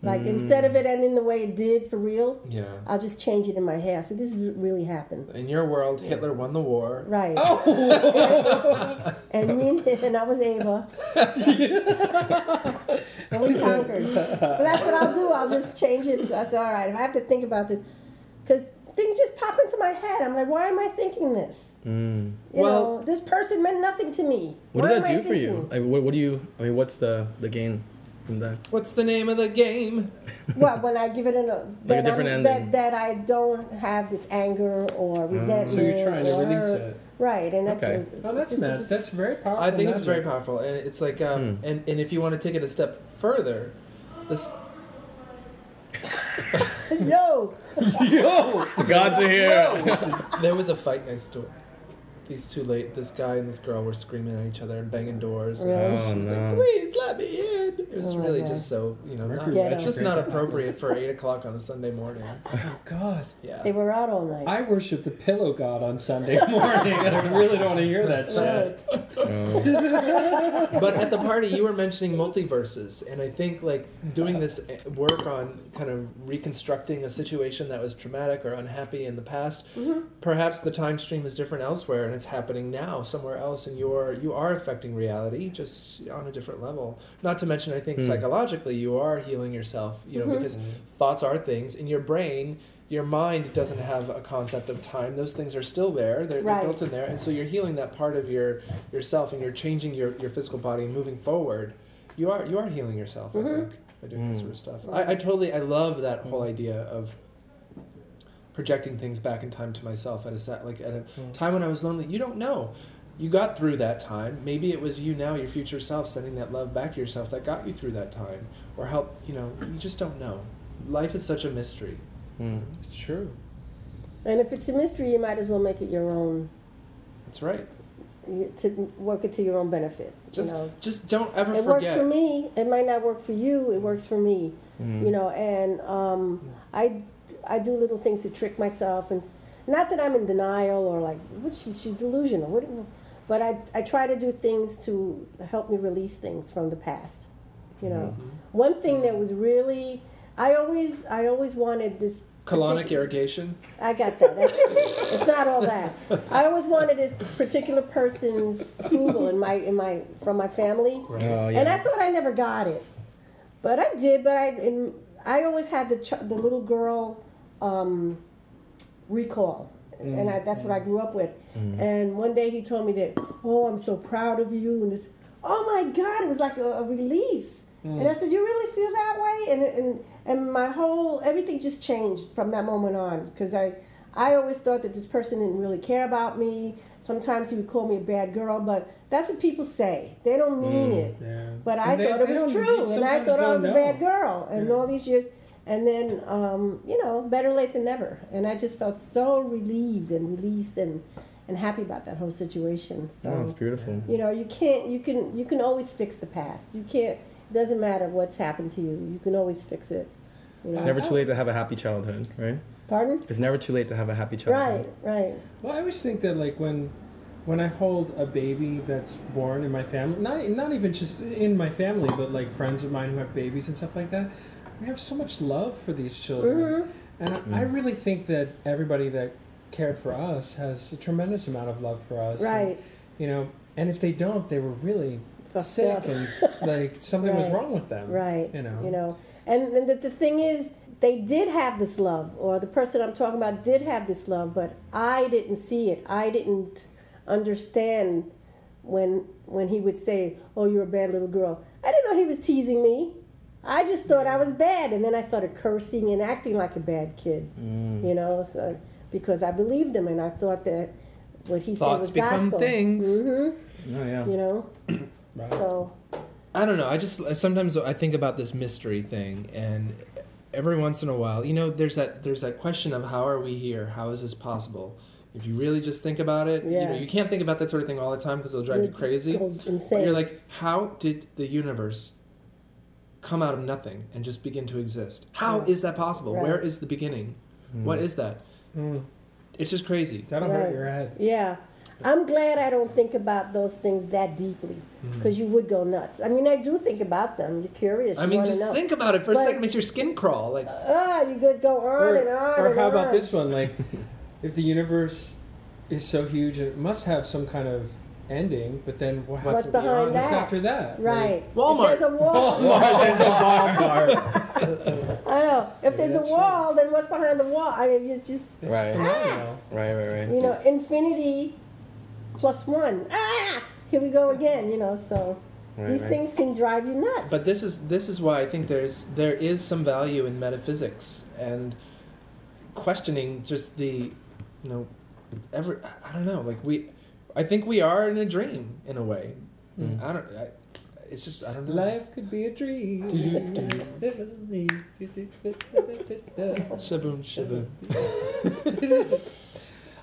D: Like instead of it ending the way it did for real,
B: Yeah.
D: I'll just change it in my head. So this really happened,
B: In your world, Hitler won the war.
D: right?
A: Oh.
D: (laughs) and me and I was
A: (laughs)
D: Ava, and we conquered. But that's what I'll do. I'll just change it. So I said, all right, if I have to think about this, because things just pop into my head. I'm like, why am I thinking this?
E: Mm.
D: You
B: Well-
D: know, this person meant nothing to me.
E: What
D: Why
E: did that
D: am I
E: do for you?
D: thinking?
E: I mean, what, what do you, I mean, what's the, the gain from that?
B: What's the name of the game?
D: What when I give it
E: (laughs)
D: an, uh, that
E: Like a different
D: I'm-
E: ending. Mm.
D: that that I don't have this anger or resentment.
A: So you're trying to
D: or
A: release
D: hurt.
A: it.
D: Right, and that's
E: Okay.
D: a-
A: Oh, that's
D: it's a- (laughs)
A: mad. That's very powerful.
B: I think it's
A: magic.
B: very powerful, and it's like, um, and and if you want to take it a step further, this
D: Yo,
E: (laughs) The gods are here.
B: There was a fight next door. These two late, this guy and this girl were screaming at each other and banging doors. And
D: Really?
E: Oh,
B: she's
E: no.
B: like, "Please let me in." It was
D: Oh, my
B: really
D: God.
B: just so you know, not,
A: Mercury
D: Ghetto.
B: just not appropriate for eight o'clock on a Sunday morning.
A: Oh God,
B: Yeah.
D: they were out all night.
A: I worship the pillow god on Sunday (laughs) morning, and I really don't want to hear that shit.
E: Oh.
B: but at the party you were mentioning multiverses and i think like doing this eh, work on kind of reconstructing a situation that was traumatic or unhappy in the past perhaps the time stream is different elsewhere and it's happening now somewhere else and you're you are affecting reality just on a different level not to mention i think psychologically you are healing yourself you know because thoughts are things in your brain your mind doesn't have a concept of time those things are still there they're, they're
D: Right.
B: built in there and so you're healing that part of your yourself and you're changing your, your physical body and moving forward you are you are healing yourself i
D: Mm-hmm.
B: think by doing that sort of stuff I, I totally i love that whole idea of projecting things back in time to myself at a set like at a
D: Mm.
B: time when i was lonely you don't know you got through that time maybe it was you now your future self sending that love back to yourself that got you through that time or helped you know you just don't know life is such a mystery
E: Mm.
A: It's true.
D: and if it's a mystery, you might as well make it your own.
B: that's right
D: you- To work it to your own benefit.
B: just
D: you know?
B: just don't ever
D: it works
B: forget
D: for me. It might not work for you. It works for me. You know, and um, I I do little things to trick myself, and not that I'm in denial or like what she's she's delusional. What, but I I try to do things to help me release things from the past. You know,
B: Mm-hmm.
D: one thing that was really I always I always wanted this
B: colonic
D: particu-
B: irrigation
D: I got that. That's, it's not all that. I always wanted this particular person's approval in my in my from my family.
E: Oh,
D: And I
E: yeah.
D: thought I never got it, but I did. But I and I always had the ch- the little girl um, recall, and I, that's what I grew up with.
E: Mm-hmm.
D: And one day he told me that, oh, I'm so proud of you, and this, oh my God, it was like a, a release.
E: Mm.
D: And I said, you really feel that way? And and and my whole everything just changed from that moment on because I. I always thought that this person didn't really care about me. Sometimes he would call me a bad girl, but that's what people say. They don't mean
E: Mm,
D: it.
A: Yeah.
D: But I
A: And they-
D: thought
A: they
D: it was
A: don't-
D: true, and I
A: sometimes
D: thought I
A: don't
D: was a
A: know.
D: bad girl, and
A: Yeah.
D: all these years, and then um, you know, better late than never, and I just felt so relieved and released and and happy about that whole situation. So
E: Oh, it's beautiful.
D: you know, you can't, you can, you can always fix the past. You can't. It doesn't matter what's happened to you. You can always fix it. You know?
E: It's never too late to have a happy childhood, right?
D: Pardon?
E: It's never too late to have a happy childhood.
D: Right, right.
A: Well, I always think that like when when I hold a baby that's born in my family, not not even just in my family, but like friends of mine who have babies and stuff like that, we have so much love for these
D: Mm-hmm.
A: children, and I, I really think that everybody that cared for us has a tremendous amount of love for us, and,
D: Right.
A: you know, and if they don't, they were really
D: Fucked
A: sick
D: up.
A: and like something was
D: Right.
A: wrong with them,
D: Right.
A: You know,
D: You know. And, and the, the thing is, they did have this love, or the person I'm talking about did have this love, but I didn't see it. I didn't understand when when he would say, "Oh, you're a bad little girl." I didn't know he was teasing me. I just thought I was bad, and then I started cursing and acting like a bad kid.
B: Mm.
D: You know, so because I believed him, and I thought that what he said
B: Thoughts
D: was
B: become
D: gospel.
B: things.
D: Mhm,
E: Oh yeah.
D: you
B: (clears throat)
D: know. So
B: I don't know. I just sometimes I think about this mystery thing, and every once in a while, you know, there's that there's that question of how are we here? How is this possible? If you really just think about it, you
D: Yeah. Mm,
B: know, you can't think about that sort of thing all the time because it'll drive you
D: It'll
B: crazy.
D: go
B: But
D: insane.
B: you're like, how did the universe come out of nothing and just begin to exist? How is
D: Right.
B: that possible?
D: Right.
B: Where is the beginning? What is that? Hmm.
A: Mm,
B: It's just crazy.
A: that'll
D: Right.
A: hurt your head.
D: Yeah. I'm glad I don't think about those things that deeply because you would go nuts. I mean, I do think about them. You're curious. You
B: I mean,
D: wanna
B: just
D: know.
B: think about it for a
D: But-
B: second. Makes your skin crawl. Like,
D: Ah, you could go on
A: Or,
D: and on
A: or
D: and
A: how
D: on.
A: about this one?
D: (laughs)
A: Like, if the universe is so huge, it must have some kind of ending. But then what
D: What's
A: happens
D: behind
A: What's
D: that?
A: after that?
D: Right.
B: Walmart.
D: If there's a
A: (laughs)
D: wall,
E: There's a Walmart.
D: (laughs) I know. If there's a wall, then what's behind the wall? I mean, it's just
A: Like, it's
E: Right.
A: phenomenal.
E: right, right, right.
D: you know, infinity plus one. Ah, here we go again. You know, so
E: Right,
D: these
E: right.
D: things can drive you nuts.
B: But this is this is why I think there's there is some value in metaphysics and questioning just the you know ever I don't know like we I think we are in a dream in a way I don't I, it's just I don't know
A: Life could be a
E: (laughs)
A: dream.
B: shaboom shaboom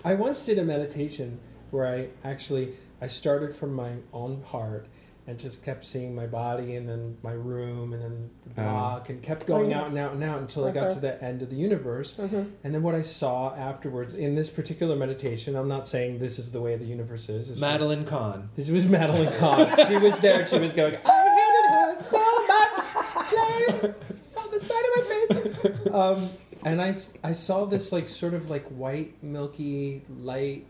A: I once did a meditation where I actually I started from my own heart and just kept seeing my body and then my room and then the
E: Oh.
A: block and kept going
D: yeah.
A: out and out and out until I got
D: Uh-huh.
A: to the end of the universe. And then what I saw afterwards in this particular meditation, I'm not saying this is the way the universe is. It's just-
B: Madeline Kahn
A: This was Madeline Kahn. she was there and she was going, I hated her so much. Flames from the side of my face. Um, and I, s- I saw this like sort of like white, milky, light.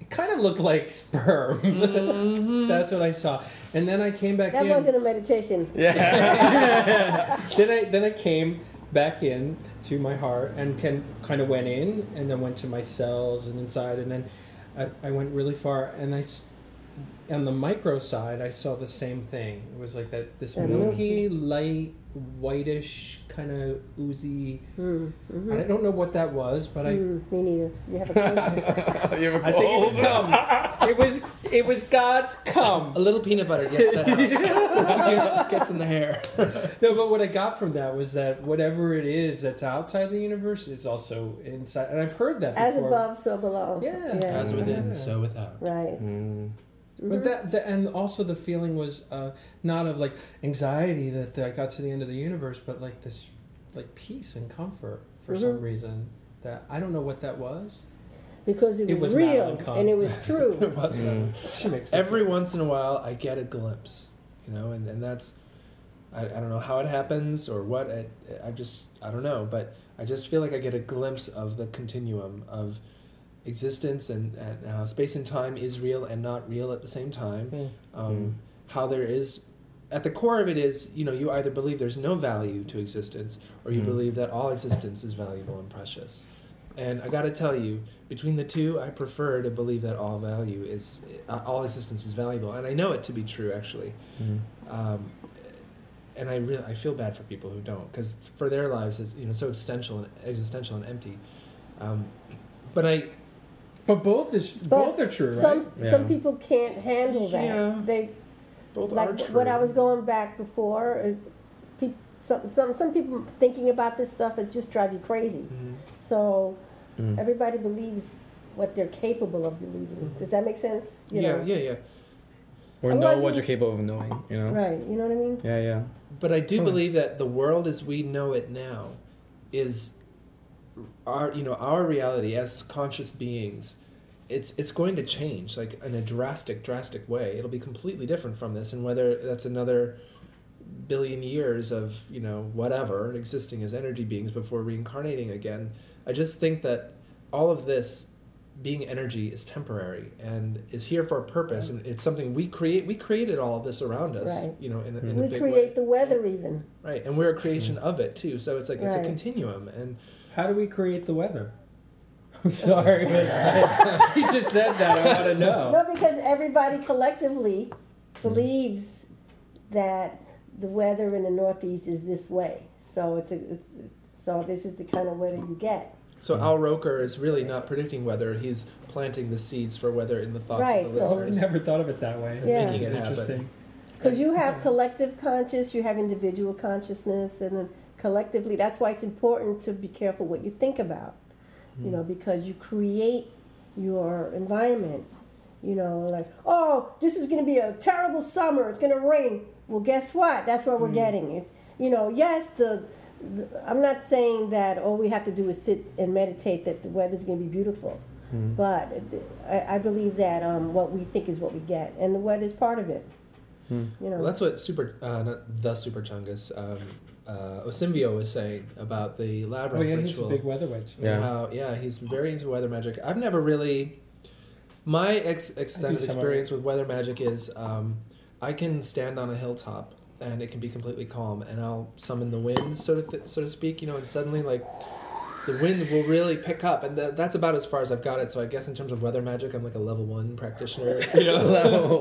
A: It kind of looked like sperm. (laughs) That's what I saw. And then I came back
D: that
A: in.
D: wasn't a meditation.
E: Yeah.
A: then I then I came back in to my heart and can kind of went in and then went to my cells and inside and then I, I went really far and I s- on the micro side I saw the same thing. It was like that this
D: That
A: milky light whitish kind of oozy. And I don't know what that was, but I.
D: Mm-hmm. Mm, me neither. You have a clue?
E: (laughs) you have a
A: I think it was
E: cold.
A: cum. it was it was God's cum.
B: a little peanut butter gets that out. (laughs) gets in the hair
A: No, but what I got from that was that whatever it is that's outside the universe is also inside, and I've heard that
D: As
A: before.
D: above, so below.
A: Yeah.
B: as within so without (laughs)
D: Right.
E: Hmm,
D: Mm-hmm.
A: But that, the, and also the feeling was uh, not of like anxiety that I got to the end of the universe, but like this, like peace and comfort for
D: Mm-hmm.
A: some reason. That I don't know what that was.
D: because it
A: It
D: was,
A: was
D: real
A: Madeline Kahn.
D: and it was true.
B: it was
A: She makes me-
B: every once in a while I get a glimpse, you know, and, and that's, I, I don't know how it happens or what, I, I just, I don't know, but I just feel like I get a glimpse of the continuum of existence and, and how space and time is real and not real at the same time, um, how there is at the core of it is, you know, you either believe there's no value to existence, or you believe that all existence is valuable and precious. And I gotta tell you, between the two, I prefer to believe that all value is, uh, all existence is valuable, and I know it to be true actually.
E: hmm.
B: Um, and I really I feel bad for people who don't, because for their lives it's you know so existential and existential and empty. Um, but I
A: But both is both are true, right?
D: Some some
E: Yeah.
D: people can't handle that.
B: Yeah.
D: They
B: both are
D: like
B: true.
D: what I was going back before. is peop some some some people thinking about this stuff it just drive you crazy.
B: Mhm.
D: So everybody believes what they're capable of believing. Does that make sense? You
B: yeah,
D: know?
B: yeah, yeah.
E: Or know
D: Otherwise
E: what
D: you-
E: you're capable of knowing, you know?
D: Right. You know what I mean?
E: Yeah, yeah.
B: But I do
D: Hmm.
B: believe that the world as we know it now is our you know our reality as conscious beings. It's it's going to change like in a drastic drastic way. It'll be completely different from this, and whether that's another billion years of you know whatever existing as energy beings before reincarnating again. I just think that all of this being energy is temporary and is here for a purpose and it's something we create we created all of this around us
D: Right.
B: you know in, a in a
D: We
B: big
D: create
B: way
D: the weather even.
B: Right, and we're a creation of it too. So it's like it's a
D: Right.
B: continuum, and (laughs)
A: How do we create the weather? (laughs) I'm sorry. but (laughs) I- she just said that. I want to know.
D: (laughs) No, because everybody collectively believes that the weather in the Northeast is this way. So it's a, it's so this is the kind of weather you get.
B: so Al Roker is really not predicting weather; he's planting the seeds for weather in the thoughts
D: Right,
B: of the
D: so-
A: Oh, I
B: listeners.
A: never thought of it that way.
D: Yeah.
A: Making it
B: Making it happen.
A: interesting.
D: Because you have collective conscious, you have individual consciousness, and then collectively, that's why it's important to be careful what you think about. You
A: Mm.
D: know, because you create your environment. You know, like, oh, this is going to be a terrible summer. It's going to rain. Well, guess what? That's what we're
A: Mm.
D: getting. If you know, yes, the, the I'm not saying that all we have to do is sit and meditate that the weather's going to be beautiful.
A: Mm.
D: But uh, I, I believe that um, what we think is what we get, and the weather's part of it.
A: Mm.
D: You know,
B: Well, that's what super uh, not the super chungus um, uh, Osimvio was saying about the labyrinth
A: Oh yeah, he's a
B: ritual.
A: big weather witch.
E: Yeah.
B: How- yeah, he's very into weather magic. I've never really. My ex-
A: I do
B: extended
A: some of
B: experience with weather magic is um, I can stand on a hilltop and it can be completely calm, and I'll summon the wind, so to, th- so to speak, you know, and suddenly, like, the wind will really pick up, and th- that's about as far as I've got it. So I guess in terms of weather magic, I'm like a level one practitioner, (laughs) you know.
E: Level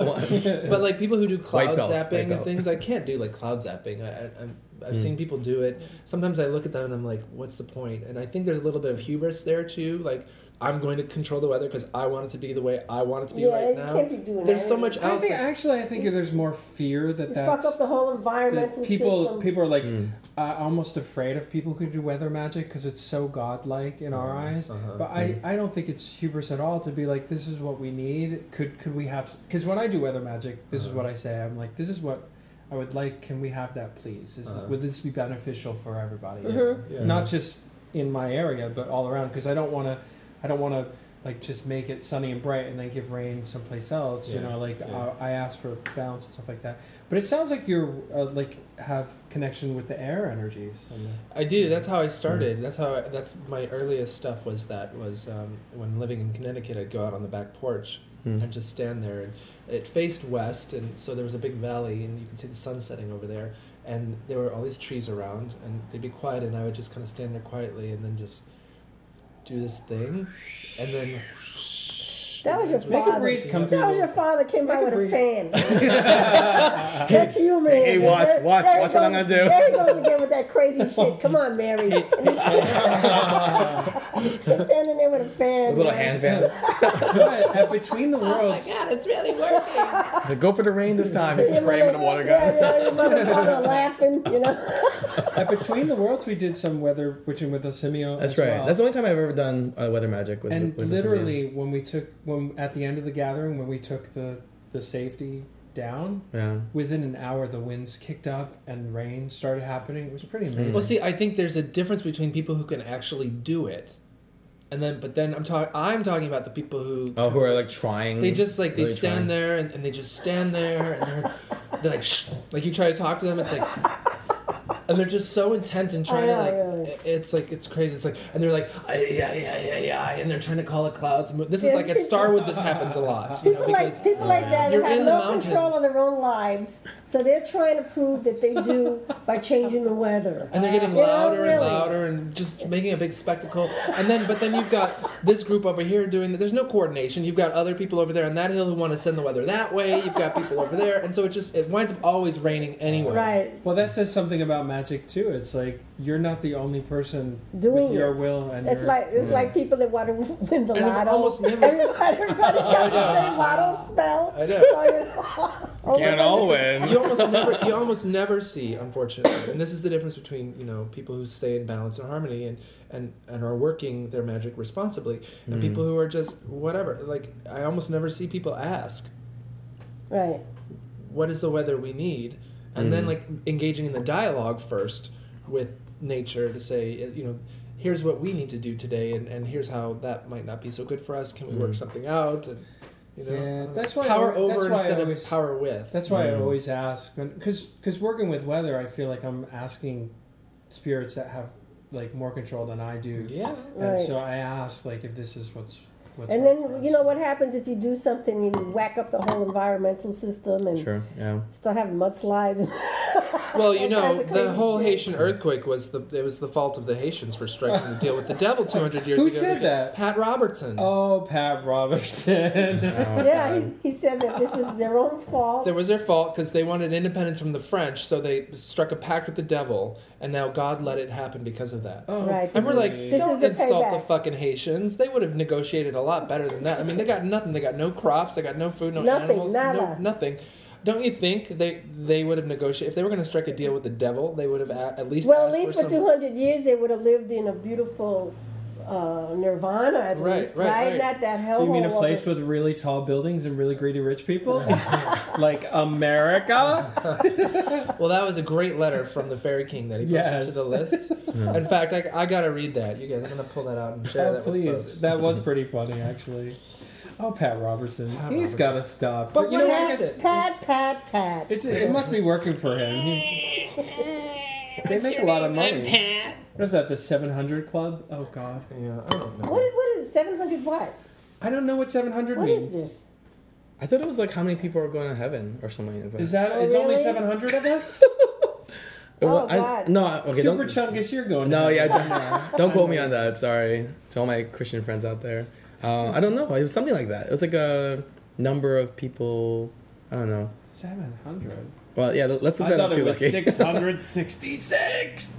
B: (laughs)
E: one.
B: But like people who do cloud
E: White belt, white
B: zapping and
E: belt. Hmm.
B: things, I can't do like cloud zapping. I, I, I'm- I've seen people do it. Sometimes I look at them and I'm like, what's the point? And I think there's a little bit of hubris there too. Like I'm going to control the weather because I want it to be the way I want it to be
D: Yeah,
B: right
D: you
B: now.
D: can't be doing
B: there's
D: that.
B: so much
A: I
B: else.
A: think actually, I think there's more fear that
D: you
A: that's
D: fuck up the whole
A: that
D: environmental
A: people
D: system.
A: people are like
E: Hmm,
A: uh, almost afraid of people who do weather magic because it's so godlike in our eyes.
B: uh-huh.
A: But I, I don't think it's hubris at all to be like this is what we need. Could could we have? Because when I do weather magic, this is what I say. I'm like this is what I would like. Can we have that, please? Is,
B: Uh-huh.
A: Would this be beneficial for everybody?
B: Mm-hmm.
D: Mm-hmm.
B: Yeah.
A: Not just in my area, but all around. Because I don't want to I don't want to like just make it sunny and bright and then give rain someplace else. You
B: Yeah.
A: know, like uh,
B: Yeah.
A: I, I ask for balance and stuff like that. But it sounds like you're uh, like have connection with the air energies. And
E: (laughs)
A: the,
B: I do. That's how I started. That's how. I, that's my earliest stuff was that was um, when living in Connecticut. I'd go out on the back porch
E: hmm. Mm-hmm.
B: and just stand there. And it faced west, and so there was a big valley, and you could see the sun setting over there. And there were all these trees around, and they'd be quiet, and I would just kind of stand there quietly, and then just do this thing, and then.
D: That was your
A: Make a
D: Father.
A: breeze come through.
D: that was
A: the-
D: your father came by with a
A: breeze. (laughs)
D: fan. That's you, man.
E: Hey, watch,
D: There-
E: watch,
D: there he
E: watch what I'm
D: goes-
E: gonna do.
D: There he goes again with that crazy shit. Come on, Mary.
E: (laughs)
D: And he's standing there with a fan.
E: Those little
D: man.
E: hand
D: (laughs)
E: fans.
A: but at Between the
C: Oh
A: Worlds,
E: It's like, go for the rain this time. It's
D: Your
E: spraying with a
D: mother-
E: water
D: Yeah,
E: gun.
D: yeah, your mother and father laughing, you know.
A: at Between the Worlds, we did some weather witching with Osimio.
E: That's
A: as
E: right.
A: well.
E: That's the only time I've ever done uh, weather magic. Was
A: and
E: with, with this
A: literally, when we took when at the end of the gathering, when we took the the safety down,
E: man.
A: within an hour the winds kicked up and rain started happening. It was pretty amazing.
B: Well, see, I think there's a difference between people who can actually do it, and then but then I'm talking. I'm talking about the people who.
E: Yeah. Oh, who are like trying.
B: They just like they
E: really
B: stand
E: trying.
B: there and, and they just stand there and they're they're like shh. like you try to talk to them it's like and they're just so intent in trying
D: know,
B: to like
D: really.
B: it's like it's crazy. It's like and they're like yeah yeah yeah yeah, and they're trying to call it clouds. This is
D: Yeah,
B: like at Starwood. This happens a lot. you know,
D: People like
B: because-
D: people like that
B: You're
D: have
B: in the
D: no control
B: mountains.
D: of their own lives, so they're trying to prove that they do by changing the weather.
B: and they're getting
D: You know,
B: louder and
D: really.
B: louder and just making a big spectacle and then but then you've got this group over here doing that there's no coordination you've got other people over there on that hill who want to send the weather that way you've got people over there and so it just it winds up always raining anyway
D: Right.
A: Well, that says something about magic too. It's like you're not the only person
D: Doing
A: with your
D: it.
A: will and
D: It's
A: your,
D: like it's like people that want to (laughs) win the
B: And I've
D: lotto.
B: almost never-
D: Everybody, (laughs)
B: (laughs)
D: everybody's got the same lotto spell.
B: I know.
D: So, you know, (laughs) only
G: Can't
D: one
G: all
D: is-
E: (laughs)
G: win.
B: you almost never you almost never see unfortunately and this is the difference between you know people who stay in balance and harmony and and and are working their magic responsibly and people who are just whatever like i almost never see people ask
D: Right.
B: what is the weather we need and then like engaging in the dialogue first with nature to say eh, you know here's what we need to do today and, and here's how that might not be so good for us can we work something out and you know uh,
A: Yeah, that's why I
B: power
A: al-
B: over
A: that's why I
B: instead
A: always-
B: of power with
A: That's why I always ask, because working with weather, I feel like I'm asking spirits that have like more control than I do.
B: yeah
A: And
D: Right.
A: so I ask, like, if this is what's what's.
D: And
A: right for
D: then
A: us.
D: you know what happens if you do something and you whack up the whole environmental system and
E: Sure. Yeah.
D: start having mudslides.
B: (laughs)
D: (laughs)
B: well you
D: All kinds
B: know
D: of
B: the
D: crazy
B: whole
D: shit.
B: haitian earthquake was the it was the fault of the haitians for striking the deal with the devil 200 years
A: Who
B: ago
A: said that?
B: pat robertson
A: Oh,
E: (laughs)
A: Pat Robertson. (laughs)
D: yeah, he, he said that this was their own fault.
B: There was their fault because they wanted independence from the French, so they struck a pact with the devil, and now God let it happen because of that.
A: oh,
D: Right.
B: And we're like,
A: This
D: is
B: don't
D: a
B: insult the
D: payback.
B: fucking Haitians. They would have negotiated a lot better than that. I mean, they got nothing. They got no crops. They got no food. No
D: Nothing,
B: animals. No,
D: nada.
B: nothing. Don't you think they they would have negotiated if they were going to strike a deal with the devil? They would have at, at least
D: well, at
B: asked
D: least
B: for
D: for
B: some-
D: two hundred years they would have lived in a beautiful uh, nirvana, at
B: Right,
D: least,
B: right, right.
D: Not that hellhole.
A: You mean a
D: of
A: place
D: it.
A: with really tall buildings and really greedy rich
D: (laughs)
A: people? like America?
B: Well, that was a great letter from the Fairy King that he posted
A: Yes.
B: to the list. In fact, I, I gotta read that. You guys, I'm gonna pull that out and share
A: Oh,
B: that with folks.
A: please. That was pretty funny, actually. Oh, Pat Robertson. He's
B: Pat Robertson.
A: got to stop.
B: But
A: you
B: what
A: know
B: is
A: what?
B: it?
A: It's,
D: pat, pat, pat, pat.
A: it's, it must be working for him. He- they make a lot of money. What is that, the 700 Club? Oh, God.
B: yeah, I don't know.
D: What is, what is it? Seven hundred what?
A: I don't know what 700
D: What
A: means.
D: is this?
E: I thought it was like how many people are going to heaven or something like that.
A: Is that,
D: Oh,
A: it's only
D: really?
A: 700 of us?
E: It
D: Oh,
E: wa- I-
D: God.
E: no, I- okay,
A: Super
E: don't,
A: Chungus, you're going.
E: no,
A: to
E: yeah,
A: hell. (laughs)
E: don't, don't quote me on that. Sorry to all my Christian friends out there. Uh, I don't know. It was something like that. It was like a number of people. I don't know.
A: 700.
E: Well, yeah, let's look
A: I
E: that up
A: thought
E: too.
A: it was
E: Lucky. (laughs)
A: 666.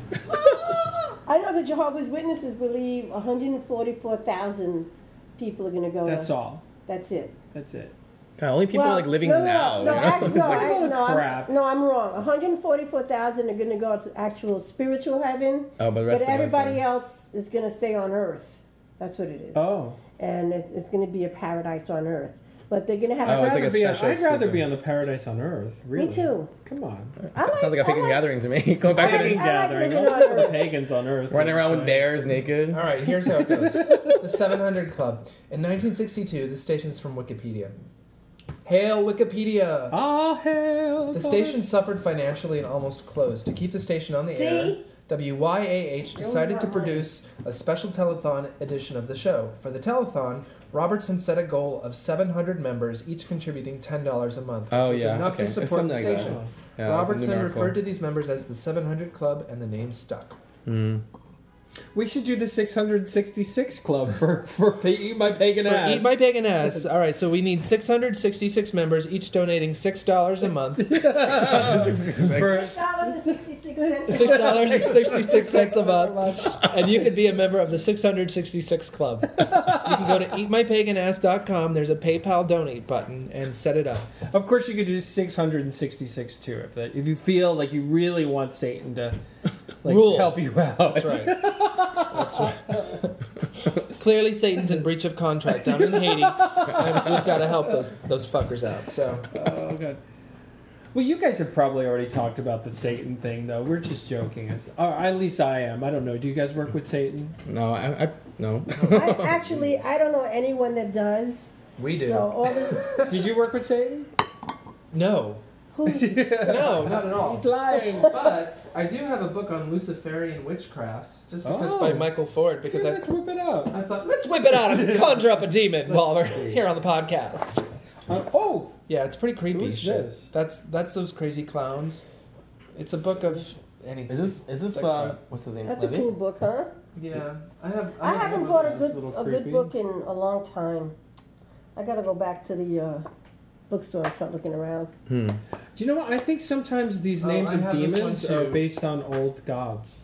D: I know the Jehovah's Witnesses believe one hundred forty-four thousand people are going to go.
A: That's
D: to,
A: all.
D: That's it.
A: That's it.
E: God, only people are like living
D: no, no,
E: now.
D: No,
E: you
D: no,
E: know?
D: act-
E: (laughs) It's
D: no,
E: like-
D: I, no,
A: crap.
D: I'm, no, I'm wrong. 144,000 are going to go to actual spiritual heaven,
E: oh, but the
D: but
E: rest of us,
D: everybody
E: uh,
D: else is going to stay on earth. That's what it is.
A: Oh.
D: And it's, it's going to be a paradise on earth. But they're going to have.
E: Oh,
A: I'd
E: it's like
A: rather,
E: a
A: be on,
E: special
A: I'd rather
E: excision.
A: be on the paradise on earth. Really.
D: too.
A: Come on.
D: I like- oh
E: sounds Oh, like a
D: I
E: picnic
D: like-
E: gathering to me. (laughs) Go back to
D: I
E: the,
A: Pagan
D: like
A: gathering.
D: living
A: All
D: on
A: the
D: Earth.
A: pagans on earth.
E: running around with
A: Sorry.
E: bears naked.
B: All right, here's how it goes.
A: (laughs)
B: the 700 Club. In 1962, this station's from Wikipedia. Hail Wikipedia!
A: All hail.
B: The station suffered financially and almost closed. To keep the station on the air,
D: See?
B: WYAH decided to
D: Really?
B: produce a special telethon edition of the show. For the telethon, Robertson set a goal of 700 members, each contributing $10 a month, which
E: Oh,
B: was
E: yeah,
B: enough to
E: okay. It's
B: support the
E: something like that.
B: station.
E: Yeah, it's a
B: Robertson
E: numerical.
B: referred to these members as the 700 Club, and the name stuck.
A: We should do the 666 club for for pa- eat my pagan
B: For
A: ass.
B: Eat My Pagan Ass. All right, so we need 666 members, each donating $6 a month.
A: (laughs)
E: (laughs)
A: For-
D: $6.66.
B: $6.66 a month. And you could be a member of the 666 Club. You can go to eatmypaganass.com. There's a PayPal donate button and set it up.
A: of course, you could do 666 too if that if you feel like you really want Satan to like
B: Rule.
A: help you out.
B: That's right. That's right. Clearly, Satan's in breach of contract down in Haiti. And we've got to help those, those fuckers out. So,
A: Oh god. Well, you guys have probably already talked about the Satan thing, though. We're just joking. It's, or at least I am. I don't know. Do you guys work with Satan?
E: No, I, I no.
D: I, actually, I don't know anyone that does.
B: we do.
D: So all this.
A: Did you work with Satan?
B: No.
D: Who's
B: No, not at all.
A: He's lying.
B: But I do have a book on Luciferian witchcraft, just because
A: Oh.
B: by Michael Ford, because
A: Because
B: I,
A: let's whip it out.
B: I thought let's whip it out (laughs) and conjure up a demon while we're Let's see. here on the podcast.
A: Uh, oh,
B: Yeah, it's pretty creepy.
A: Who's
B: shit.
A: this?
B: That's that's those crazy clowns. It's a book of any.
E: Is this is this
B: Like
E: um
B: that.
E: what's his name?
D: that's a
E: Levy?
D: cool book, huh?
B: Yeah, I have.
D: I
B: have
D: haven't
B: some-
D: bought a
A: is this
D: good
A: a little
D: a good
A: creepy?
D: book in a long time. I gotta go back to the uh, bookstore and start looking around.
E: Hmm.
A: Do you know what? I think sometimes these
B: Oh,
A: names
B: I
A: of
B: have this one
A: demons are
B: too.
A: based on old gods.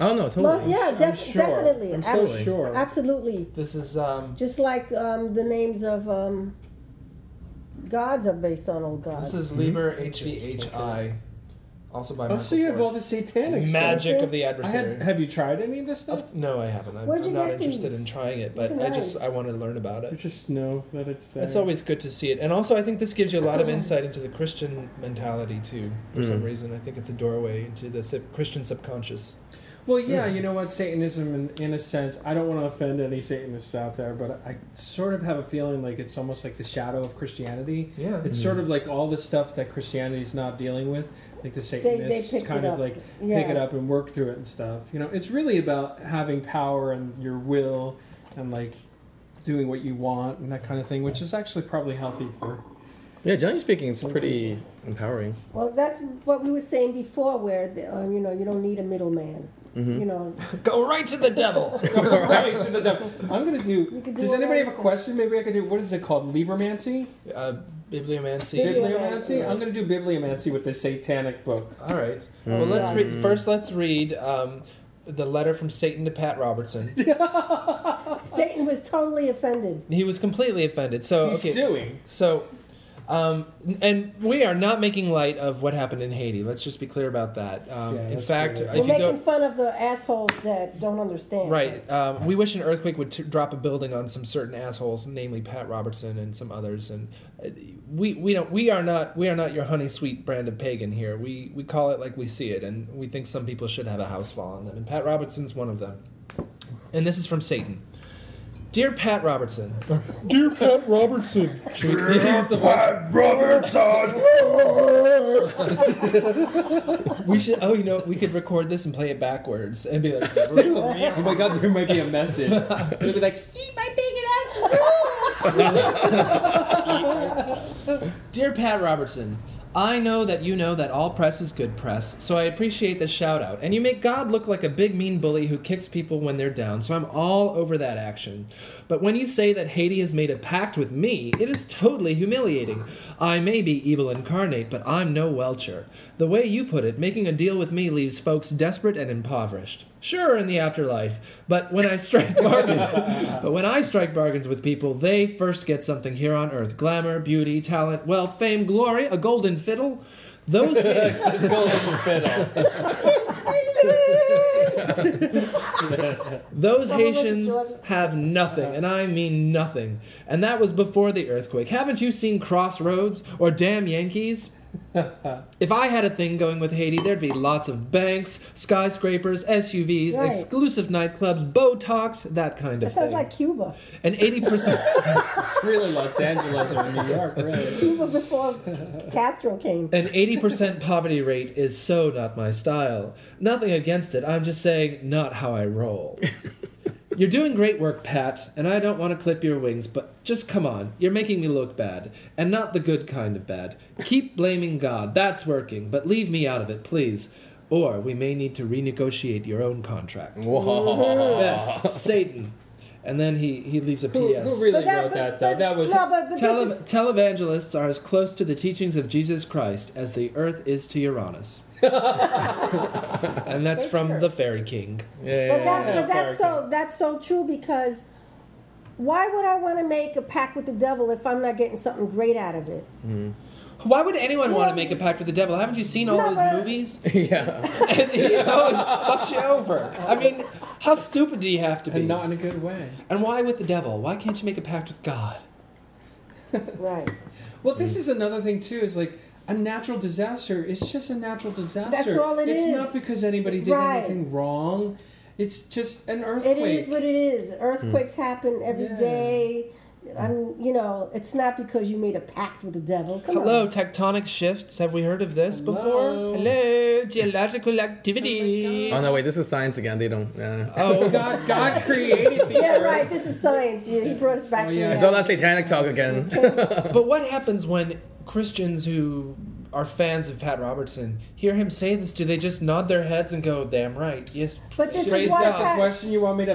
E: Oh no, totally.
D: Well, yeah,
A: I'm
D: def-
A: sure.
D: definitely,
A: I'm so
D: ab-
E: Absolutely.
A: sure.
D: absolutely.
B: This is um.
D: Just like um, the names of um, gods are based on old gods.
B: This is Liber HVHI, also by.
A: Hmm? Oh,
B: Michael
A: so you have
B: Ford.
A: all the satanic stuff.
B: magic
D: stuff.
B: of the
A: I had,
B: adversary.
A: have you tried any of this stuff?
B: Of- no, I haven't. I'm,
D: Where'd you
B: I'm not
D: get
B: interested
D: these?
B: in trying it,
D: These
B: but
D: are
B: I just
D: nice.
B: I want to learn about
A: You
B: it.
A: just know that it's there.
B: It's always good to see it, and also I think this gives you a lot of insight into the Christian mentality too. For some
A: Hmm.
E: Mm.
B: reason, I think it's a doorway into the sub- Christian subconscious.
A: Well, yeah,
B: Hmm.
A: you know what? Satanism, in, in a sense, I don't want to offend any Satanists out there, but I sort of have a feeling like it's almost like the shadow of Christianity.
B: Yeah,
A: It's sort of like all the stuff that Christianity's not dealing with, like the
D: they
A: Satanists
D: picked
A: kind
D: it
A: of
D: up.
A: like
D: yeah.
A: pick it up and work through it and stuff. You know, it's really about having power and your will and like doing what you want and that kind of thing, which is actually probably healthy for. (laughs)
E: Yeah, generally speaking, it's pretty empowering.
D: Well, that's what we were saying before, where the, uh, you know you don't need a middleman. You know,
B: go right to the devil.
A: right to the devil. I'm gonna do.
D: You could do
A: Does
D: a
A: anybody have a
D: ransom.
A: question? Maybe I could do. What is it called? Liebermancy.
B: uh, bibliomancy.
D: Bibli-
A: Bibliomancy?
D: Bibliomancy.
A: I'm gonna do bibliomancy with the satanic book.
B: all right.
A: Hmm.
B: Well, let's read first. Let's read um, the letter from Satan to Pat
A: (laughs)
B: Robertson.
D: Satan was totally offended.
B: He was completely offended. So
A: He's
B: okay.
A: suing.
B: So, um, and we are not making light of what happened in Haiti. Let's just be clear about that. Um,
A: Yeah,
B: in
A: that's
B: fact,
A: really-
B: if
D: We're
B: you
D: making
B: go
D: fun of the assholes that don't understand.
B: right, um, we wish an earthquake would t- drop a building on some certain assholes, namely Pat Robertson and some others. And uh, we we don't we are not we are not your honey sweet brand of pagan here. We we call it like we see it, and we think some people should have a house fall on them. And Pat Robertson's one of them. And this is from Satan. Dear Pat Robertson. (laughs) Dear Pat Robertson. Here's the voice. (laughs) We should. Oh, you know, we could record this and play it backwards and be (laughs) like,
A: oh my god, there might be a message. It'll be like,
B: "Dear Pat Robertson, I know that you know that all press is good press, so I appreciate the shout out, and you make God look like a big mean bully who kicks people when they're down. So I'm all over that action. But when you say that Haiti has made a pact with me, it is totally humiliating. I may be evil incarnate, but I'm no Welcher. The way you put it, making a deal with me leaves folks desperate and impoverished. Sure, in the afterlife, but when I strike bargains, but when I strike bargains with people, they first get something here on earth: glamour, beauty, talent, wealth, fame, glory, a golden fiddle. Those (laughs) Those
D: Someone went to
B: Haitians
D: Georgia.
B: have nothing, and I mean nothing. And that was before the earthquake. Haven't you seen Crossroads or Damn Yankees? if I had a thing going with Haiti, there'd be lots of banks, skyscrapers, SUVs,
D: Right.
B: exclusive nightclubs, Botox, that kind of
D: That sounds
B: thing.
D: like Cuba.
B: and 80%.
A: (laughs) it's really Los Angeles or New York, (laughs) really.
D: Cuba before Castro came.
B: An 80% poverty rate is so not my style. Nothing against it, I'm just saying, not how I roll.
D: (laughs)
B: You're doing great work, Pat, and I don't want to clip your wings, but just come on. You're making me look bad, and not the good kind of bad. Keep blaming God, that's working, but leave me out of it, please. Or we may need to renegotiate your own contract. Best, (laughs) Satan. And then he, he leaves a
A: Who,
B: PS.
A: who really wrote that, though? that was.
D: no, but, but
B: Tele-
D: this is,
B: televangelists are as close to the teachings of Jesus Christ as the earth is to
D: (laughs)
B: Uranus. and that's
D: So
B: from
D: true.
B: the Fairy King.
D: but,
E: Yeah.
D: that, but that's so that's so true because why would I want to make a pact with the devil if I'm not getting something great out of it?
B: Why would anyone want to
D: Yeah.
B: make a pact with the devil? Haven't you seen all
D: No,
B: those
D: but-
B: movies? (laughs)
E: yeah. (laughs)
B: and he always fucks you over. I mean, how stupid do you have to be?
A: And not in a good way.
B: and why with the devil? Why can't you make a pact with God?
D: Right.
A: Well, this
B: Mm.
A: is another thing too. Is like a natural disaster is just a natural disaster.
D: all it
A: it's
D: is.
A: not because anybody did
D: Right.
A: anything wrong. It's just an
D: It
A: earthquake. (laughs)
D: is what it is. Earthquakes happen every
A: Hmm. Yeah.
D: day. I'm, you know, it's not because you made a pact with the devil. Come
B: Hello,
D: on.
B: tectonic shifts. Have we heard of this before?
A: Hello.
B: Hello,
D: Oh
B: geological activity.
E: Oh no, wait, this is science again. They don't. Uh,
B: Oh,
A: God,
D: (laughs)
A: God created the
D: Yeah,
A: earth.
D: right. This is science. You, he brought us back
A: Oh,
D: to
A: yeah.
E: it's all
D: reality.
E: that satanic talk again.
B: But what happens when Christians who are fans of Pat Robertson hear him say this? Do they just nod their heads and go, "Damn right, yes"?
D: But this
B: Praise
D: is why
B: God.
A: The
D: Pat,
A: question you want me to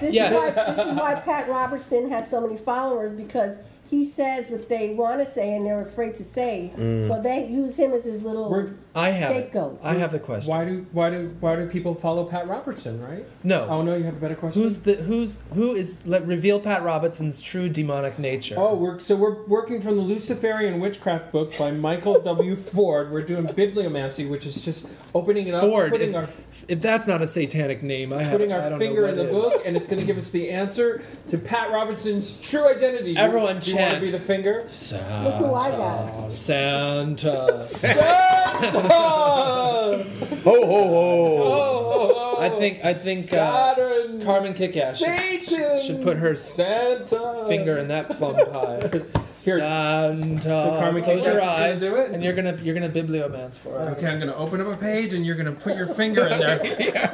D: (laughs) this,
B: Yeah.
D: is why, this is why Pat Robertson has so many followers because he says what they want to say and they're afraid to say.
E: Mm.
D: So they use him as his little.
A: We're-
B: I have it.
D: Scapegoat.
B: I have the question.
A: Why do why do why do people follow Pat Robertson? Right?
B: No.
A: Oh no, you have a better question.
B: Who's the who's who is let reveal Pat Robertson's true demonic nature?
A: Oh, we're so we're working from the Luciferian Witchcraft book by Michael W. Ford. We're doing bibliomancy, which is just opening it up,
B: Ford.
A: putting
B: If,
A: our
B: if that's not a satanic name, I have
A: putting
B: I
A: our
B: don't
A: finger
B: know
A: in
B: what
A: the
B: is.
A: book, and it's going to give us the answer to Pat Robinson's true identity. You-
B: Everyone
A: do you want to
B: chant.
A: be the
B: (laughs)
A: finger?
D: look who I got.
B: Santa.
A: Santa!
E: ho ho ho!
A: Oh,
B: Oh. I think I think uh,
A: Saturn.
B: Carmen Kickass should,
A: Satan.
B: should put her s-
A: Santa
B: finger in that plum pie.
A: Here.
B: Santa.
A: So Karma
B: close
A: Kickass
B: your
A: is gonna
B: eyes,
A: do it?
B: and you're gonna you're gonna bibliomance for us.
A: Okay, I'm gonna open up a page and you're gonna put your finger
B: (laughs)
A: in there.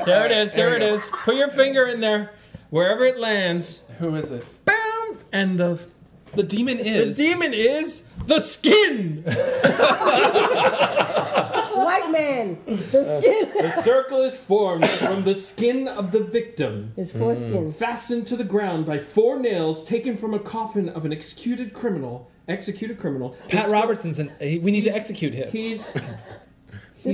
A: There it is, there it is. Put your finger in there. Wherever it lands,
B: Who is it?
A: boom! And the
B: The demon
A: the
B: is.
A: demon is the skin!
D: White man. The skin.
A: The circle is formed from the skin of the victim.
E: Mm.
D: His foreskin.
A: Fastened to the ground by four nails taken from a coffin of an executed criminal. Executed criminal.
B: Pat Robertson's an. he- We need to
A: He's-
B: execute him. (laughs)
A: He's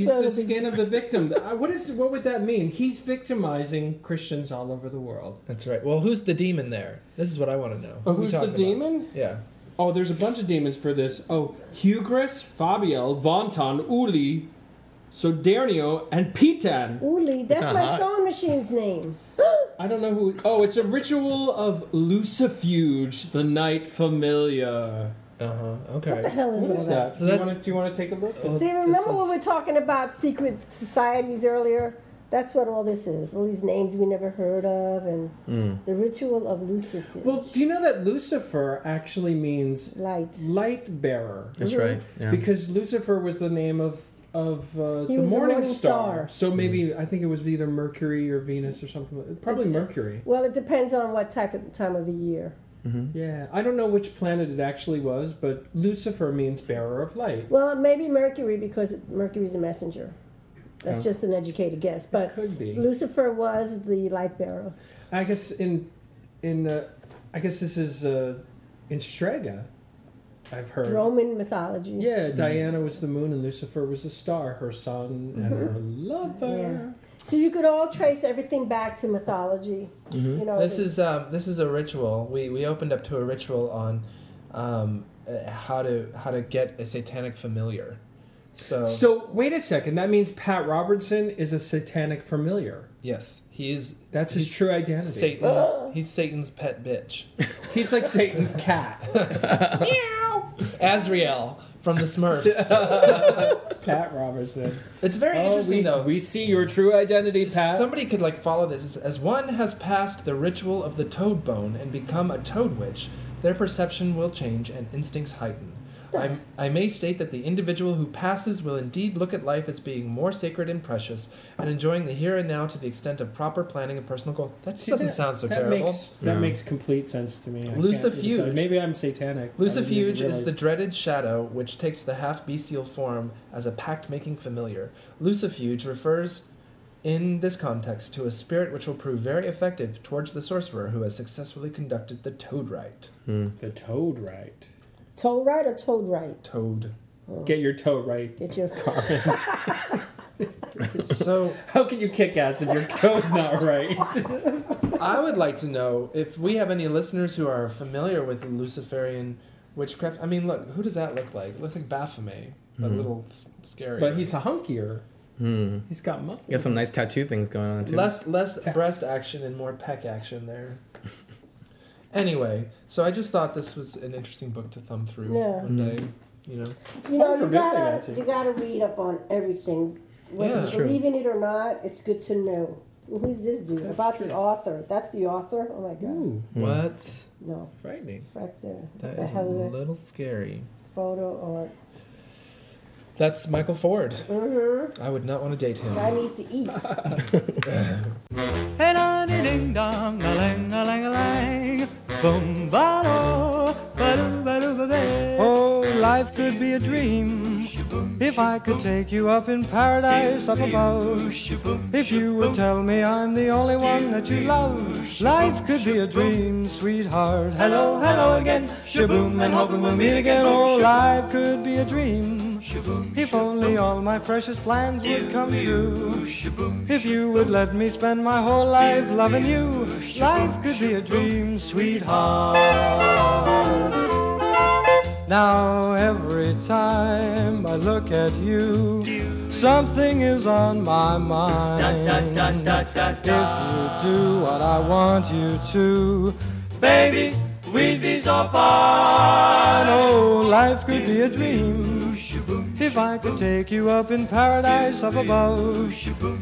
A: he's
D: one
A: the
D: of the-
A: skin of the victim. Uh, What is what would that mean? He's victimizing Christians all over the world.
B: That's right. Well, who's the demon there? This is what I want to know.
A: Oh,
B: Who we
A: who's the
B: talking about?
A: demon?
B: Yeah.
A: Oh, there's a bunch of demons for this. Oh, Hugris, Fabiel, Vonton, Uli, Sodernio, and Pitan.
D: Uli, that's
E: not
D: my
E: hot.
D: sewing machine's name.
A: I don't know who. Oh, it's a ritual of Lucifuge, the Night Familiar.
B: Uh huh.
D: What the
B: Okay.
D: hell is
A: What
D: all
A: is
D: that?
A: that? Do you
B: that's-
A: wanna- Do you want to take a look?
B: Oh.
D: See,
B: This
D: remember
B: is-
D: when we were talking about secret societies earlier? That's what all this is. All these names we never heard of, and
E: Mm.
D: the ritual of Lucifer.
A: Well, do you know that Lucifer actually means
D: light.
A: light bearer?
E: That's
D: Mm-hmm.
E: right. Yeah.
A: Because Lucifer was the name of of uh,
D: He
A: the
D: was the
A: morning,
D: morning
A: star.
D: star.
E: Mm-hmm.
A: So maybe I think it was either Mercury or Venus or something. like- Probably Mercury.
D: Well, it depends on what type of time of the year.
E: Mm-hmm.
A: Yeah, I don't know which planet it actually was, but Lucifer means bearer of light.
D: Well, maybe Mercury because Mercury's a messenger. That's just an educated guess, but
A: could be.
D: Lucifer was the light bearer.
A: I guess in in uh, I guess this is uh, in Strega. I've heard.
D: Roman mythology.
A: Yeah, Diana was the moon and Lucifer was the star, her son and her lover.
D: So you could all trace everything back to mythology. You know,
B: This
D: the-
B: is um, this is a ritual. We we opened up to a ritual on um, uh, how to how to get a satanic familiar. So,
A: So wait a second. That means Pat Robertson is a satanic familiar.
B: yes, he is
A: That's his
B: he's
A: true identity. Ah.
B: Satan's he's Satan's pet bitch.
A: He's like Satan's cat.
B: Azrael from the Smurfs.
A: (laughs) (laughs) Pat Robertson.
B: It's very
A: Oh,
B: interesting
A: we,
B: though.
A: we see your true identity, Pat.
B: Somebody could like follow this as, as one has passed the ritual of the toad bone and become a toad witch, their perception will change and instincts heighten. I, I may state that the individual who passes will indeed look at life as being more sacred and precious, and enjoying the here and now to the extent of proper planning and personal goal. That just
A: See,
B: doesn't
A: that-
B: sound so
A: that
B: terrible.
A: Makes, that makes complete sense to me. I can't
B: Lucifuge.
A: even tell. Maybe I'm satanic. I didn't even
B: Lucifuge is
A: realize.
B: the dreaded shadow which takes the half bestial form as a pact making familiar. Lucifuge refers in this context to a spirit which will prove very effective towards the sorcerer who has successfully conducted the toad rite.
A: the toad right.
D: toad right or toad right?
B: Toad.
A: Get your toe right.
D: Get your
B: So
A: How can you kick ass if your toe's
E: (laughs)
A: not right?
B: I would like to know if we have any listeners who are familiar with Luciferian witchcraft. I mean, look, who does that look like? It looks like Baphomet, a little s- scary.
A: Mm-hmm. but he's a hunkier.
E: Hmm.
A: He's got muscle.
E: Got some nice tattoo things going on too.
B: Less less breast action and more pec action there. (laughs) Anyway, so I just thought this was an interesting book to thumb through
D: Yeah.
B: one day. You know,
D: you know,
A: fun for
D: you
A: me,
D: gotta
A: Nancy.
D: you gotta read up on everything, whether
B: Yeah.
D: you
B: That's
E: true.
D: believe in it or not. It's good to know who's this dude
A: That's
D: about
A: true.
D: the author. That's the author. Oh my god!
A: Ooh.
B: what?
D: No,
B: Frightening.
D: right there.
B: That
D: what the
B: is
D: hell
B: a
D: is that?
B: little scary.
D: Photo or.
B: That's Michael Ford.
D: Mm-hmm.
B: I would not want to date him.
D: Guy needs to eat.
G: Hey, la di ding dong, a lang, a lang, a lang. Boom, ba do, ba do, ba do, ba day. Oh, life could be a dream. If I could take you up in paradise up above. If you would tell me I'm the only one that you love. Life could be a dream, sweetheart. Hello, hello again. Shaboom, and hoping we'll meet again. Oh, life could be a dream. If only all my precious plans would come true. If you would let me spend my whole life loving you, life could be a dream, sweetheart. Now every time I look at you, something is on my mind. If you do what I want you to, baby, we'd be so far. Oh, life could be a dream. If I could take you up in paradise up above,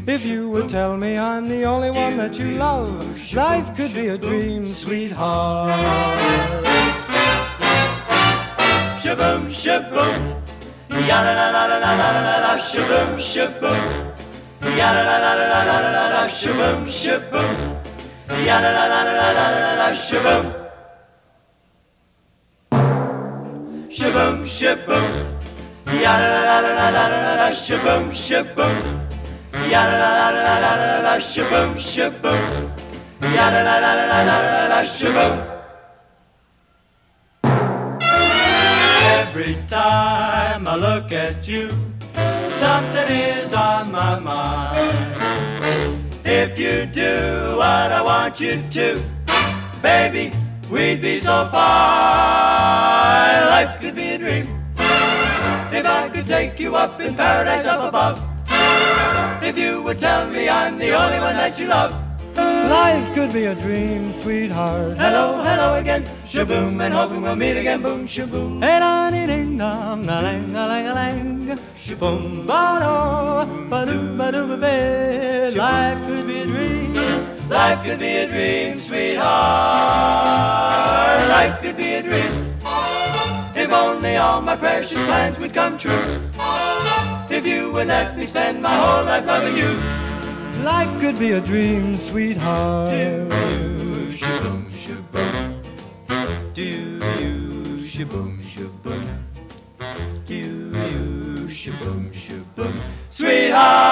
G: if you would tell me I'm the only one that you love, life could be a dream, sweetheart. Shaboom, shaboom, ya la la la la la la la la, shaboom, shaboom, ya la la la la la la la la, shaboom, shaboom, ya la la la la la la la la, shaboom, shaboom, shaboom, ya la la la la la la la la, shaboom, shaboom, ya la la la la la la la, shaboom, shaboom, ya la la la la la la la la, shaboom. Every time I look at you, something is on my mind. If you do what I want you to, baby, we'd be so fine. Life could be a dream. If I could take you up in paradise up above, if you would tell me I'm the only one that you love. Life could be a dream, sweetheart. Hello, hello again. Shaboom, and hoping we'll meet again. Boom, shaboom. Hey, la dee ding dong, a lang, a lang, a lang. Shaboom, ba do, ba do, ba do, ba ba. Life could be a dream. Life could be a dream, sweetheart. Life could be a dream. If only all my precious plans would come true. If you would let me spend my whole life loving you. Life could be a dream, sweetheart. Do shaboom shaboom. Do you shaboom shaboom. Do you shaboom shaboom. Sweetheart.